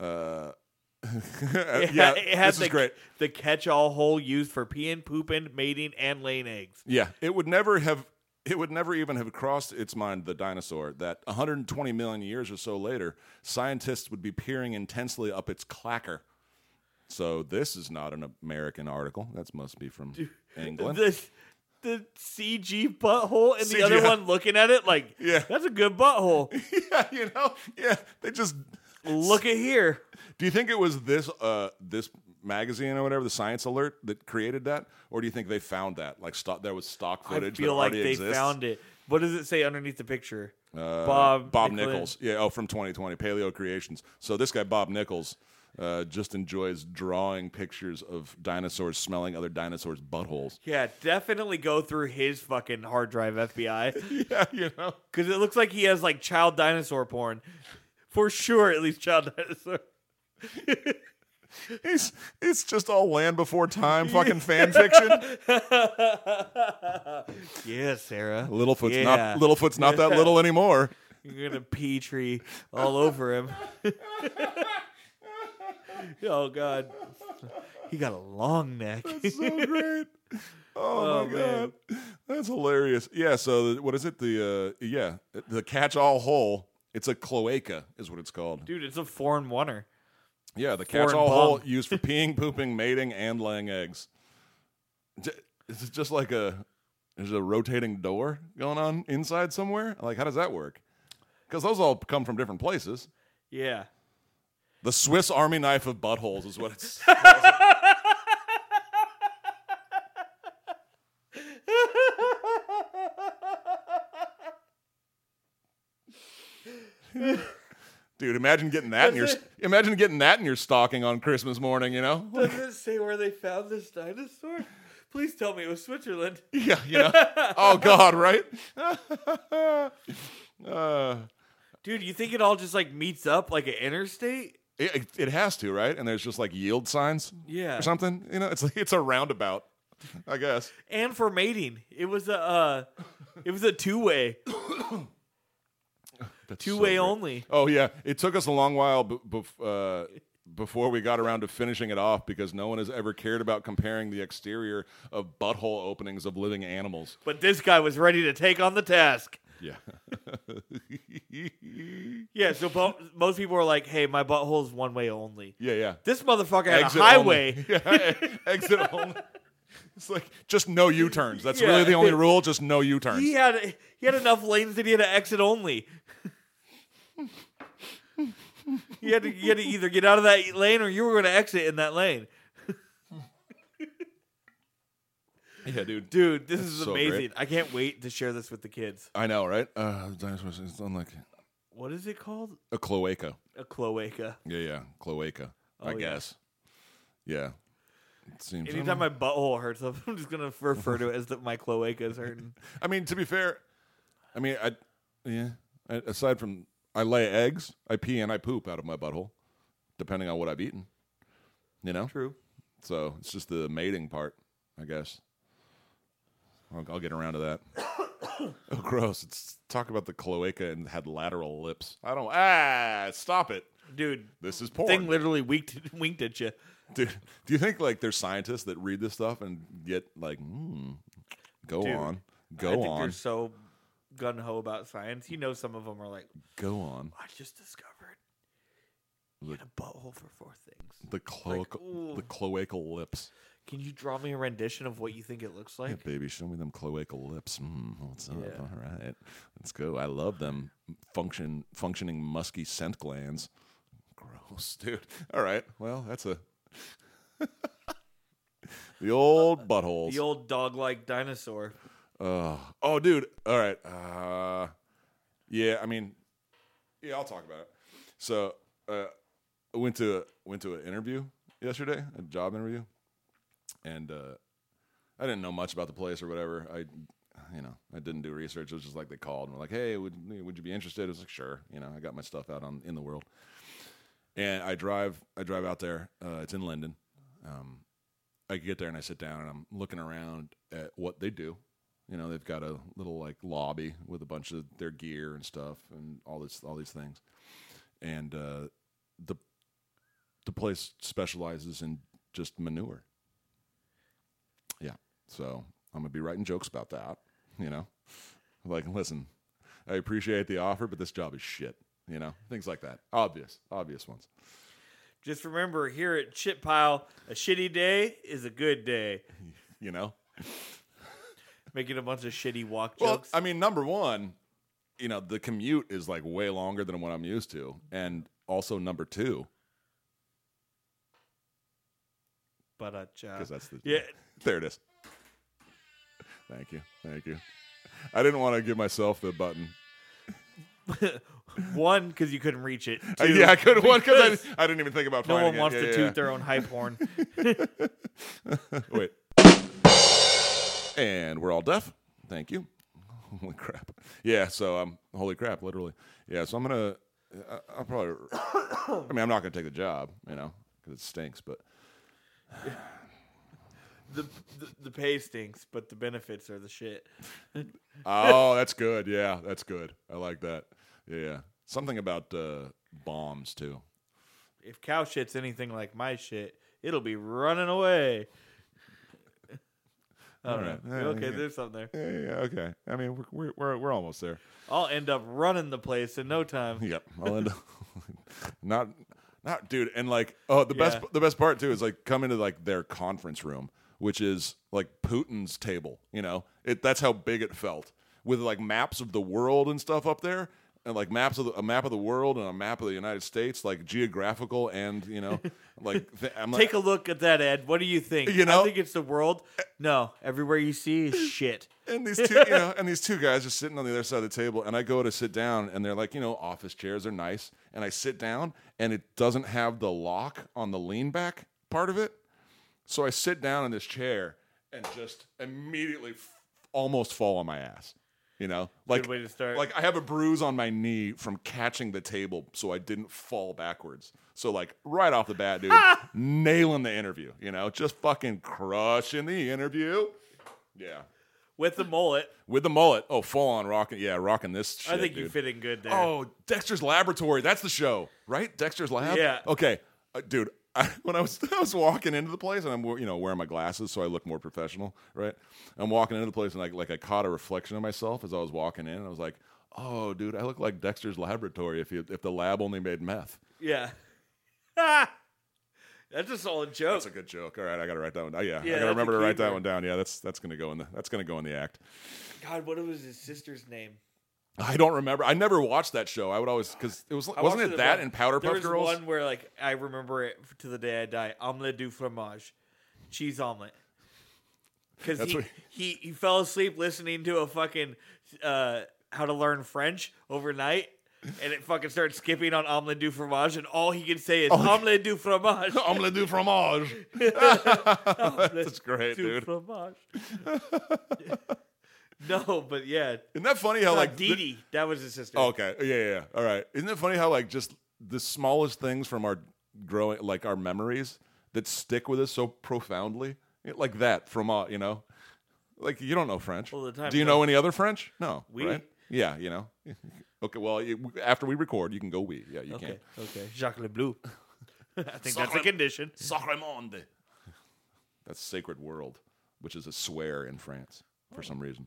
Speaker 1: Uh,
Speaker 2: It
Speaker 1: yeah,
Speaker 2: had- it had
Speaker 1: this
Speaker 2: the,
Speaker 1: is great.
Speaker 2: The catch-all hole used for peeing, pooping, mating, and laying eggs.
Speaker 1: Yeah, it would never have. It would never even have crossed its mind, the dinosaur, that 120 million years or so later, scientists would be peering intensely up its clacker. So this is not an American article. That must be from England.
Speaker 2: This the CG butthole and the
Speaker 1: CGI.
Speaker 2: other one looking at it like,
Speaker 1: Yeah.
Speaker 2: that's a good butthole.
Speaker 1: yeah, you know, yeah. They just.
Speaker 2: Look at here.
Speaker 1: Do you think it was this uh this magazine or whatever, the Science Alert, that created that, or do you think they found that? Like, stock there was stock
Speaker 2: I
Speaker 1: footage.
Speaker 2: feel
Speaker 1: that
Speaker 2: like
Speaker 1: already
Speaker 2: they
Speaker 1: exists?
Speaker 2: found it. What does it say underneath the picture?
Speaker 1: Uh,
Speaker 2: Bob
Speaker 1: Bob
Speaker 2: Nicholas.
Speaker 1: Nichols. Yeah, oh, from 2020, Paleo Creations. So this guy Bob Nichols uh, just enjoys drawing pictures of dinosaurs smelling other dinosaurs' buttholes.
Speaker 2: Yeah, definitely go through his fucking hard drive, FBI,
Speaker 1: Yeah, you know.
Speaker 2: because it looks like he has like child dinosaur porn, for sure. At least child dinosaur.
Speaker 1: He's it's just all land before time fucking fan fiction.
Speaker 2: Yeah, Sarah.
Speaker 1: Littlefoot's
Speaker 2: Yeah.
Speaker 1: not Littlefoot's not that little anymore.
Speaker 2: You're gonna pea tree all over him. oh God, he got a long neck.
Speaker 1: so great. Oh,
Speaker 2: Oh,
Speaker 1: my
Speaker 2: man.
Speaker 1: god, that's hilarious. Yeah. So the, what is it? The uh, yeah, the catch-all hole. It's a cloaca, is what it's called.
Speaker 2: Dude, it's a foreign oneer.
Speaker 1: Yeah, the
Speaker 2: Foreign
Speaker 1: catch-all hole
Speaker 2: bum.
Speaker 1: used for peeing, pooping, mating, and laying eggs. J- Is it just like a there's a rotating door going on inside somewhere? Like, how does that work? Because those all come from different places.
Speaker 2: Yeah.
Speaker 1: The Swiss Army knife of buttholes is what it's. Dude, imagine getting that in your
Speaker 2: Does it-
Speaker 1: imagine getting that in your stocking on Christmas morning. You know,
Speaker 2: Does it say where they found this dinosaur? Please tell me it was Switzerland.
Speaker 1: yeah, you know. Oh God, right? uh,
Speaker 2: Dude, you think it all just like meets up like an interstate?
Speaker 1: it, it- it has to, right? And there's just like yield signs,
Speaker 2: Yeah.
Speaker 1: or something. You know, it's like it's a roundabout, I guess.
Speaker 2: And for mating, it was a uh, it was a two way,
Speaker 1: That's
Speaker 2: two
Speaker 1: so
Speaker 2: way
Speaker 1: great.
Speaker 2: only.
Speaker 1: Oh yeah, it took us a long while b- bef- uh, before we got around to finishing it off because no one has ever cared about comparing the exterior of butthole openings of living animals.
Speaker 2: But this guy was ready to take on the task.
Speaker 1: Yeah,
Speaker 2: Yeah, so bo- most people are like, "Hey, my butthole's one way only."
Speaker 1: yeah, yeah.
Speaker 2: This motherfucker had
Speaker 1: Exit
Speaker 2: a highway.
Speaker 1: only. Yeah, e- exit only. It's like just no U turns. That's
Speaker 2: Yeah.
Speaker 1: really the only rule. Just no U turns.
Speaker 2: He had he had enough lanes that he had to exit only. you had to you had to either get out of that lane or you were going to exit in that lane.
Speaker 1: Yeah, dude.
Speaker 2: Dude, this is
Speaker 1: so
Speaker 2: amazing.
Speaker 1: great.
Speaker 2: I can't wait to share this with the kids.
Speaker 1: I know, right? Uh, dinosaurs. It's unlike
Speaker 2: What is it called?
Speaker 1: a cloaca.
Speaker 2: A cloaca.
Speaker 1: Yeah, yeah, cloaca. I
Speaker 2: Oh, yeah.
Speaker 1: guess. Yeah. It seems. I don't
Speaker 2: Anytime my butthole hurts, I'm just gonna refer to it as that my cloaca is hurting.
Speaker 1: know. I mean, to be fair, I mean, I yeah. I, aside from, I lay eggs, I pee, and I poop out of my butthole, depending on what I've eaten. You know.
Speaker 2: True.
Speaker 1: So it's just the mating part, I guess. I'll, I'll get around to that. oh, gross! It's talk about the cloaca and had lateral lips. I don't. Ah, stop it.
Speaker 2: dude.
Speaker 1: This is porn.
Speaker 2: Thing literally winked, winked at you.
Speaker 1: Dude, do you think like there's scientists that read this stuff and get like, hmm, go
Speaker 2: Dude,
Speaker 1: on,
Speaker 2: I
Speaker 1: go
Speaker 2: think they're
Speaker 1: on,
Speaker 2: so gun ho about science. You know, some of them are like,
Speaker 1: go on.
Speaker 2: I just discovered
Speaker 1: Look.
Speaker 2: a butthole for four things.
Speaker 1: The cloacal,
Speaker 2: ooh.
Speaker 1: the cloacal lips.
Speaker 2: Can you draw me a rendition of what you think it looks
Speaker 1: Yeah,
Speaker 2: like?
Speaker 1: baby, show me them cloacal lips. Mm, what's up?
Speaker 2: Yeah.
Speaker 1: All right, let's go. I love them function functioning musky scent glands. Gross, dude. All right, well that's a the old buttholes.
Speaker 2: Uh, The old dog like dinosaur.
Speaker 1: Ugh. oh, dude. All right. Uh, yeah, I mean, yeah, I'll talk about it. So uh, I went to went to an interview yesterday, a job interview, and uh, I didn't know much about the place or whatever. I, you know, I didn't do research. It was just like they called and were like, "Hey, would would you be interested?" I was like, "Sure." You know, I got my stuff out on in the world, and I drive I drive out there. Uh, it's in Linden. Um, I get there and I sit down and I'm looking around at what they do. You know, they've got a little like lobby with a bunch of their gear and stuff and all this all these things. And uh, the the place specializes in just manure. Yeah. So I'm gonna be writing jokes about that, you know. Like, listen, I appreciate the offer, but this job is shit, you know? Things like that. Obvious, obvious ones.
Speaker 2: Just remember here at Chip Pile, a shitty day is a good day.
Speaker 1: You know?
Speaker 2: Making a bunch of shitty walk
Speaker 1: Well,
Speaker 2: jokes.
Speaker 1: I mean, number one, you know, the commute is like way longer than what I'm used to, and also number two,
Speaker 2: but uh,
Speaker 1: because that's the
Speaker 2: yeah.
Speaker 1: There it is. Thank you, thank you. I didn't want to give myself the button.
Speaker 2: One, because you couldn't reach it.
Speaker 1: I-
Speaker 2: Two,
Speaker 1: Uh, yeah, I could one because
Speaker 2: because
Speaker 1: I, I didn't even think about.
Speaker 2: no one
Speaker 1: finding it.
Speaker 2: wants
Speaker 1: Yeah,
Speaker 2: to
Speaker 1: yeah,
Speaker 2: toot
Speaker 1: yeah.
Speaker 2: their own hype horn.
Speaker 1: Wait. And we're all deaf. Thank you. Holy crap. Yeah, so um holy crap, literally. Yeah, so I'm going to I'll probably I mean, I'm not going to take the job, you know, cuz it stinks, but
Speaker 2: the, the the pay stinks, but the benefits are the shit.
Speaker 1: Oh, that's good. Yeah, that's good. I like that. Yeah. Something about uh bombs too.
Speaker 2: If cow shit's anything like my shit, it'll be running away. I don't
Speaker 1: Alright.
Speaker 2: know.
Speaker 1: Yeah, yeah.
Speaker 2: okay, there's something there.
Speaker 1: Yeah, yeah, okay. I mean, we're we're we're, we're almost there.
Speaker 2: I'll end up running the place in no time.
Speaker 1: Yep. I'll end up not not dude. And like oh the
Speaker 2: Yeah.
Speaker 1: best the best part too is like come into like their conference room, which is like Putin's table, you know? It that's how big it felt. With like maps of the world and stuff up there. And like maps of the, a map of the world and a map of the United States, like geographical and you know, like th- I'm like,
Speaker 2: Take a look at that, Ed. What do you think?
Speaker 1: You know- eh
Speaker 2: I think it's the world. No, everywhere you see is shit.
Speaker 1: and these two, you know, and these two guys are sitting on the other side of the table, and I go to sit down, and they're like, you know, office chairs are nice, and I sit down, and it doesn't have the lock on the lean back part of it, so I sit down in this chair and just immediately f- almost fall on my ass, you know, like
Speaker 2: way to start.
Speaker 1: like I have a bruise on my knee from catching the table, so I didn't fall backwards. So like right off the bat, dude, nailing the interview, you know, just fucking crushing the interview, yeah.
Speaker 2: With the mullet,
Speaker 1: With the mullet. Oh, full on rocking. Yeah, rocking this shit.
Speaker 2: I think you
Speaker 1: dude.
Speaker 2: fit in good there.
Speaker 1: Oh, Dexter's Laboratory. That's the show, right? Dexter's Lab?
Speaker 2: Yeah.
Speaker 1: Okay. Uh, dude, I, when I was I was walking into the place and I'm you know wearing my glasses so I look more professional, right? I'm walking into the place and like like I caught a reflection of myself as I was walking in and I was like, "Oh, dude, I look like Dexter's Laboratory if you, if the lab only made meth."
Speaker 2: yeah. That's a solid joke.
Speaker 1: That's a good joke. All right, I got to write that one. down. yeah,
Speaker 2: Oh. Yeah,
Speaker 1: I got
Speaker 2: that's
Speaker 1: to
Speaker 2: a
Speaker 1: remember to write that
Speaker 2: keeper.
Speaker 1: one down. Yeah, that's that's going to go in the that's going to go in the act.
Speaker 2: God, what was his sister's name?
Speaker 1: I don't remember. I never watched that show. I would always because it was
Speaker 2: I
Speaker 1: wasn't
Speaker 2: watched
Speaker 1: it that
Speaker 2: one-
Speaker 1: and
Speaker 2: there
Speaker 1: Powderpuff
Speaker 2: was
Speaker 1: Girls?
Speaker 2: One where like I remember it to the day I die. Omelette du fromage, cheese omelet. Because
Speaker 1: That's
Speaker 2: he,
Speaker 1: what-
Speaker 2: he he fell asleep listening to a fucking uh, how to learn French overnight, and it fucking started skipping on omelette du fromage, and all he could say is
Speaker 1: Oh,
Speaker 2: omelette du fromage.
Speaker 1: Omelette du fromage. That's great,
Speaker 2: du
Speaker 1: dude.
Speaker 2: fromage. no, but yeah,
Speaker 1: Isn't that funny how
Speaker 2: uh,
Speaker 1: Oh, like
Speaker 2: like
Speaker 1: the-
Speaker 2: Dee Dee, that was his sister.
Speaker 1: Oh, okay, yeah, yeah, yeah. All right. Isn't it funny how like just the smallest things from our growing, like our memories, that stick with us so profoundly, like that from all you know, like you don't know French.
Speaker 2: Well, the time
Speaker 1: Do you
Speaker 2: comes-
Speaker 1: know any other French? No.
Speaker 2: We-
Speaker 1: right? Yeah, you know. Okay, well, you- after we record, you can go we. Yeah, you
Speaker 2: Okay.
Speaker 1: can.
Speaker 2: Okay. Jacques Le Bleu. I think that's a condition.
Speaker 1: Sacremonde. That's sacred world, which is a swear in France for
Speaker 2: Oh.
Speaker 1: some reason.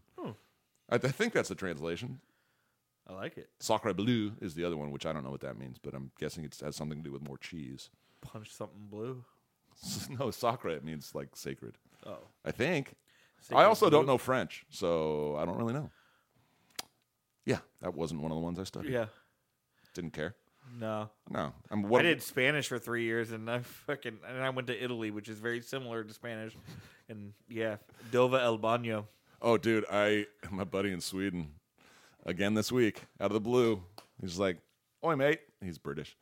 Speaker 1: I, I think that's the translation.
Speaker 2: I like it.
Speaker 1: Sacre bleu is the other one, which I don't know what that means, but I'm guessing it has something to do with more cheese.
Speaker 2: Punch something blue.
Speaker 1: No, sacre means like sacred.
Speaker 2: Oh.
Speaker 1: I think.
Speaker 2: Sacred
Speaker 1: I also don't
Speaker 2: blue.
Speaker 1: know French, so I don't really know. Yeah, that wasn't one of the ones I studied.
Speaker 2: Yeah.
Speaker 1: Didn't care.
Speaker 2: No.
Speaker 1: No. I'm what
Speaker 2: I did Spanish for three years, and I fucking and I went to Italy, which is very similar to Spanish, and yeah, Dova El Baño.
Speaker 1: Oh, dude, I my buddy in Sweden again this week out of the blue. He's like, "Oi, mate." He's British.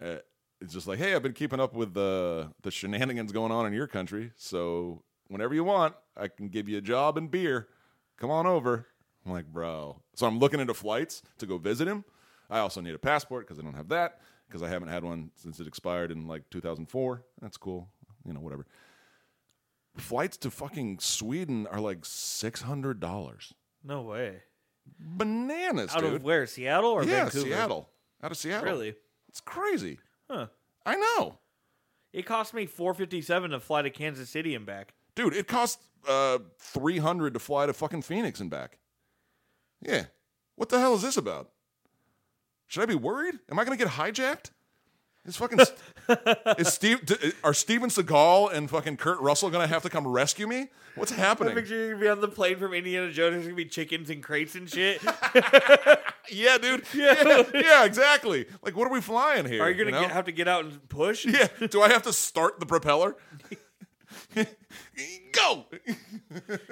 Speaker 1: Uh, it's just like, "Hey, I've been keeping up with the the shenanigans going on in your country. So whenever you want, I can give you a job and beer. Come on over." I'm like, "Bro." So I'm looking into flights to go visit him. I also need a passport because I don't have that because I haven't had one since it expired in like 2004. That's cool. You know, whatever flights to fucking Sweden are like six hundred dollars.
Speaker 2: No way.
Speaker 1: Bananas,
Speaker 2: Out
Speaker 1: dude.
Speaker 2: of where? Seattle or
Speaker 1: yeah,
Speaker 2: Vancouver?
Speaker 1: Seattle. Out of Seattle.
Speaker 2: Really?
Speaker 1: It's crazy.
Speaker 2: Huh.
Speaker 1: I know,
Speaker 2: It cost me four fifty seven to fly to Kansas City and back.
Speaker 1: dude. It costs uh, three hundred to fly to fucking Phoenix and back. Yeah. What the hell is this about? Should I be worried? Am I going to get hijacked? Is fucking is Steve? d- uh, Are Steven Seagal and fucking Kurt Russell going to have to come rescue me? What's
Speaker 2: I
Speaker 1: happening?
Speaker 2: picture you're gonna be on the plane from Indiana Jones. There's gonna be chickens and crates and shit.
Speaker 1: Yeah, dude. Yeah, yeah, exactly. Like, what are we flying here?
Speaker 2: Are you gonna
Speaker 1: know?
Speaker 2: get, have to get out and push?
Speaker 1: Yeah. Do I have to start the propeller? Go.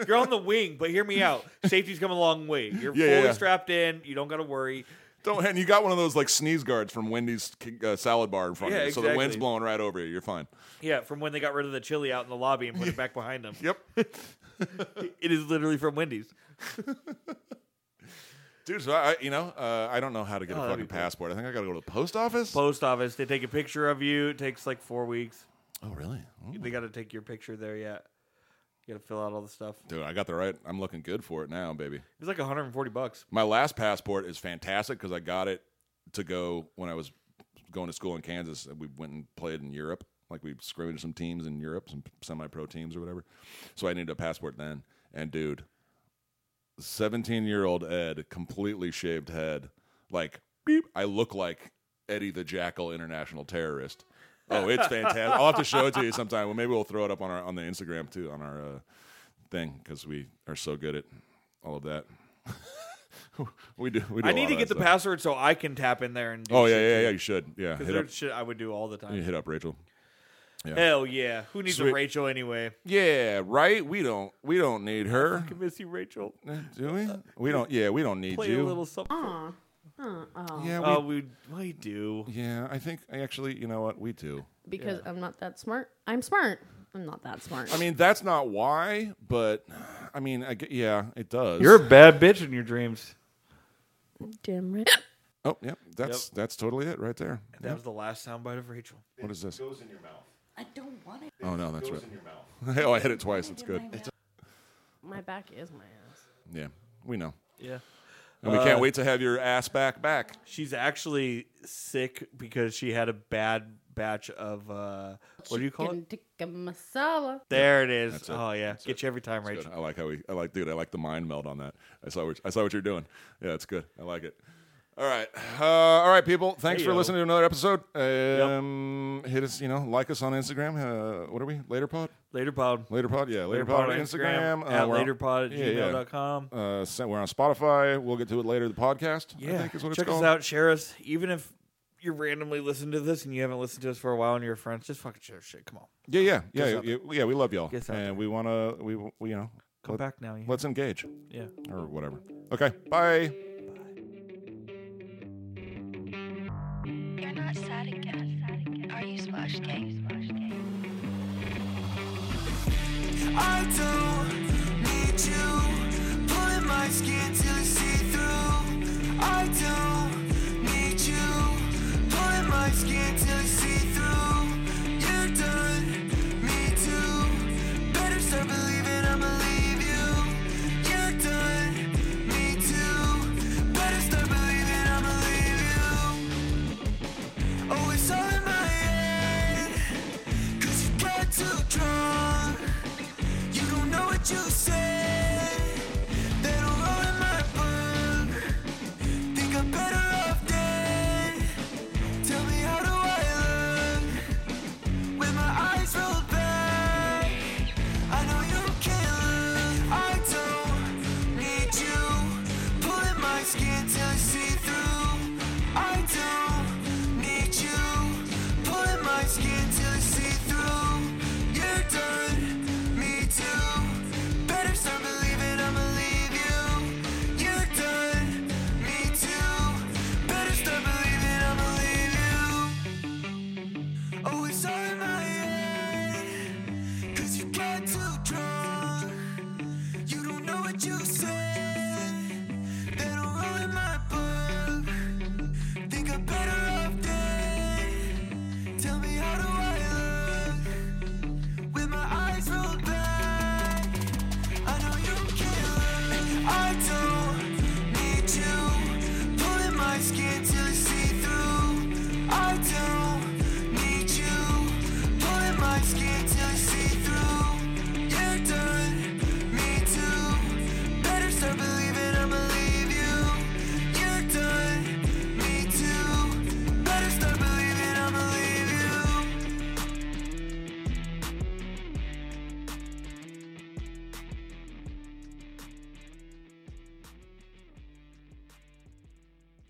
Speaker 2: You're on the wing, but hear me out. Safety's come a long way. You're
Speaker 1: Yeah, yeah,
Speaker 2: fully
Speaker 1: yeah.
Speaker 2: strapped in. You don't gotta worry.
Speaker 1: Don't. And you got one of those like sneeze guards from Wendy's uh, salad bar in front
Speaker 2: Yeah,
Speaker 1: of you, so the wind's
Speaker 2: exactly.
Speaker 1: blowing right over you. You're fine.
Speaker 2: Yeah, from when they got rid of the chili out in the lobby and put it back behind them.
Speaker 1: Yep.
Speaker 2: It is literally from Wendy's.
Speaker 1: Dude, so I, you know, uh, I don't know how to get
Speaker 2: Oh,
Speaker 1: a
Speaker 2: that'd
Speaker 1: fucking
Speaker 2: be cool.
Speaker 1: passport. I think I got to go to the post office.
Speaker 2: Post office. They take a picture of you. It takes like four weeks.
Speaker 1: oh, really? Mm.
Speaker 2: They got to take your picture there yet. You got to fill out all the stuff.
Speaker 1: Dude, I got the right. I'm looking good for it now, baby.
Speaker 2: It's like 140 bucks.
Speaker 1: My last passport is fantastic because I got it to go when I was going to school in Kansas. We went and played in Europe. Like we scrimmaged some teams in Europe, some semi pro teams or whatever. So I needed a passport then. And dude, 17 year old Ed, completely shaved head, like, beep, I look like Eddie the Jackal, international terrorist. Oh, it's fantastic. I'll have to show it to you sometime. Well, maybe we'll throw it up on our on the Instagram too, on our uh, thing, because we are so good at all of that. we do. We do
Speaker 2: I
Speaker 1: a
Speaker 2: need
Speaker 1: lot
Speaker 2: to
Speaker 1: of
Speaker 2: get
Speaker 1: that
Speaker 2: the
Speaker 1: stuff.
Speaker 2: password so I can tap in there and do
Speaker 1: Oh yeah,
Speaker 2: shit
Speaker 1: yeah,
Speaker 2: too.
Speaker 1: yeah. You should. Yeah,
Speaker 2: 'Cause
Speaker 1: hit up,
Speaker 2: there's shit I would do all the time.
Speaker 1: hit up Rachel.
Speaker 2: Hell yeah. Who needs
Speaker 1: Sweet.
Speaker 2: a Rachel anyway?
Speaker 1: Yeah, right. We don't. We don't need her, Uh,
Speaker 2: I miss you, Rachel.
Speaker 1: do we? We don't. Yeah, we don't need
Speaker 2: Play
Speaker 1: you.
Speaker 2: a little something.
Speaker 4: Aw. Uh, oh.
Speaker 1: yeah, we,
Speaker 2: Oh, we, we do.
Speaker 1: yeah. I think I actually. You know what? We do.
Speaker 4: Because I'm not that smart. I'm smart. I'm not that smart.
Speaker 1: I mean, that's not why, but I mean, I, get- yeah, it does.
Speaker 2: You're a bad bitch in your dreams.
Speaker 4: damn right.
Speaker 1: oh, yep. That's that's totally it right there.
Speaker 2: That was the last soundbite of Rachel.
Speaker 1: What is this?
Speaker 5: in your mouth.
Speaker 4: I don't want it.
Speaker 1: Oh no, that's
Speaker 5: Goes
Speaker 1: right.
Speaker 5: in your mouth.
Speaker 1: oh, I hit it twice. It's good.
Speaker 4: My back is my ass.
Speaker 1: Yeah, we know,
Speaker 2: Yeah.
Speaker 1: and we can't wait to have your ass back back.
Speaker 2: She's actually sick because she had a bad batch of uh what do you call it?
Speaker 4: Chicken tikka masala.
Speaker 2: There it is.
Speaker 1: That's it.
Speaker 2: Oh yeah, get you every time,
Speaker 1: Good.
Speaker 2: Rachel.
Speaker 1: I like how we. I like, dude. I like the mind meld on that. I saw. What, I saw what you're doing. Yeah, it's good. I like it. All right, uh, all right, people. Thanks for
Speaker 2: Heyo.
Speaker 1: listening to another episode. Um, Hit us. You know, like us on Instagram. Uh, what are we? Later pod.
Speaker 2: Later pod.
Speaker 1: Later pod. Yeah, later, pod, on Instagram. Uh,
Speaker 2: at
Speaker 1: we're on-
Speaker 2: laterpod at
Speaker 1: Yeah, yeah.
Speaker 2: gmail.com.
Speaker 1: Uh, so we're on Spotify. We'll get to it later. The podcast,
Speaker 2: Yeah,
Speaker 1: I think, is what
Speaker 2: check
Speaker 1: it's called.
Speaker 2: us out. Share us, even if you randomly listen to this and you haven't listened to us for a while and you're friends. Just fucking share shit. Come on,
Speaker 1: Yeah, yeah,
Speaker 2: us
Speaker 1: yeah,
Speaker 2: out
Speaker 1: yeah, yeah. We love y'all,
Speaker 2: Get us out there.
Speaker 1: and we want to. We, we, you know,
Speaker 2: come back now. You.
Speaker 1: let's engage
Speaker 2: Yeah.
Speaker 1: or whatever. Okay, bye.
Speaker 8: You're not sad again. Are you splashed gay?
Speaker 9: I don't need you pulling my skin till you see through. I don't need you pulling my skin till you see through. You're done, me too. Better start believing I'ma leave you. You're done, me too. Better start believing I'ma Oh, what you said. They don't roll in my book. Think I'm better off dead. Tell me how do I look with my eyes rolled back? I know you can't look. I don't need you pulling my skin till I see through. I don't need you pulling my skin till I see through. You're done, me too. Better start believing I'ma leave you. You're done, me too. Better start believing I'ma leave you. Oh, it's all in my head. Cause you got too drunk. You don't know what you said. They don't roll in my book. Think I'm better off dead. Tell me how do I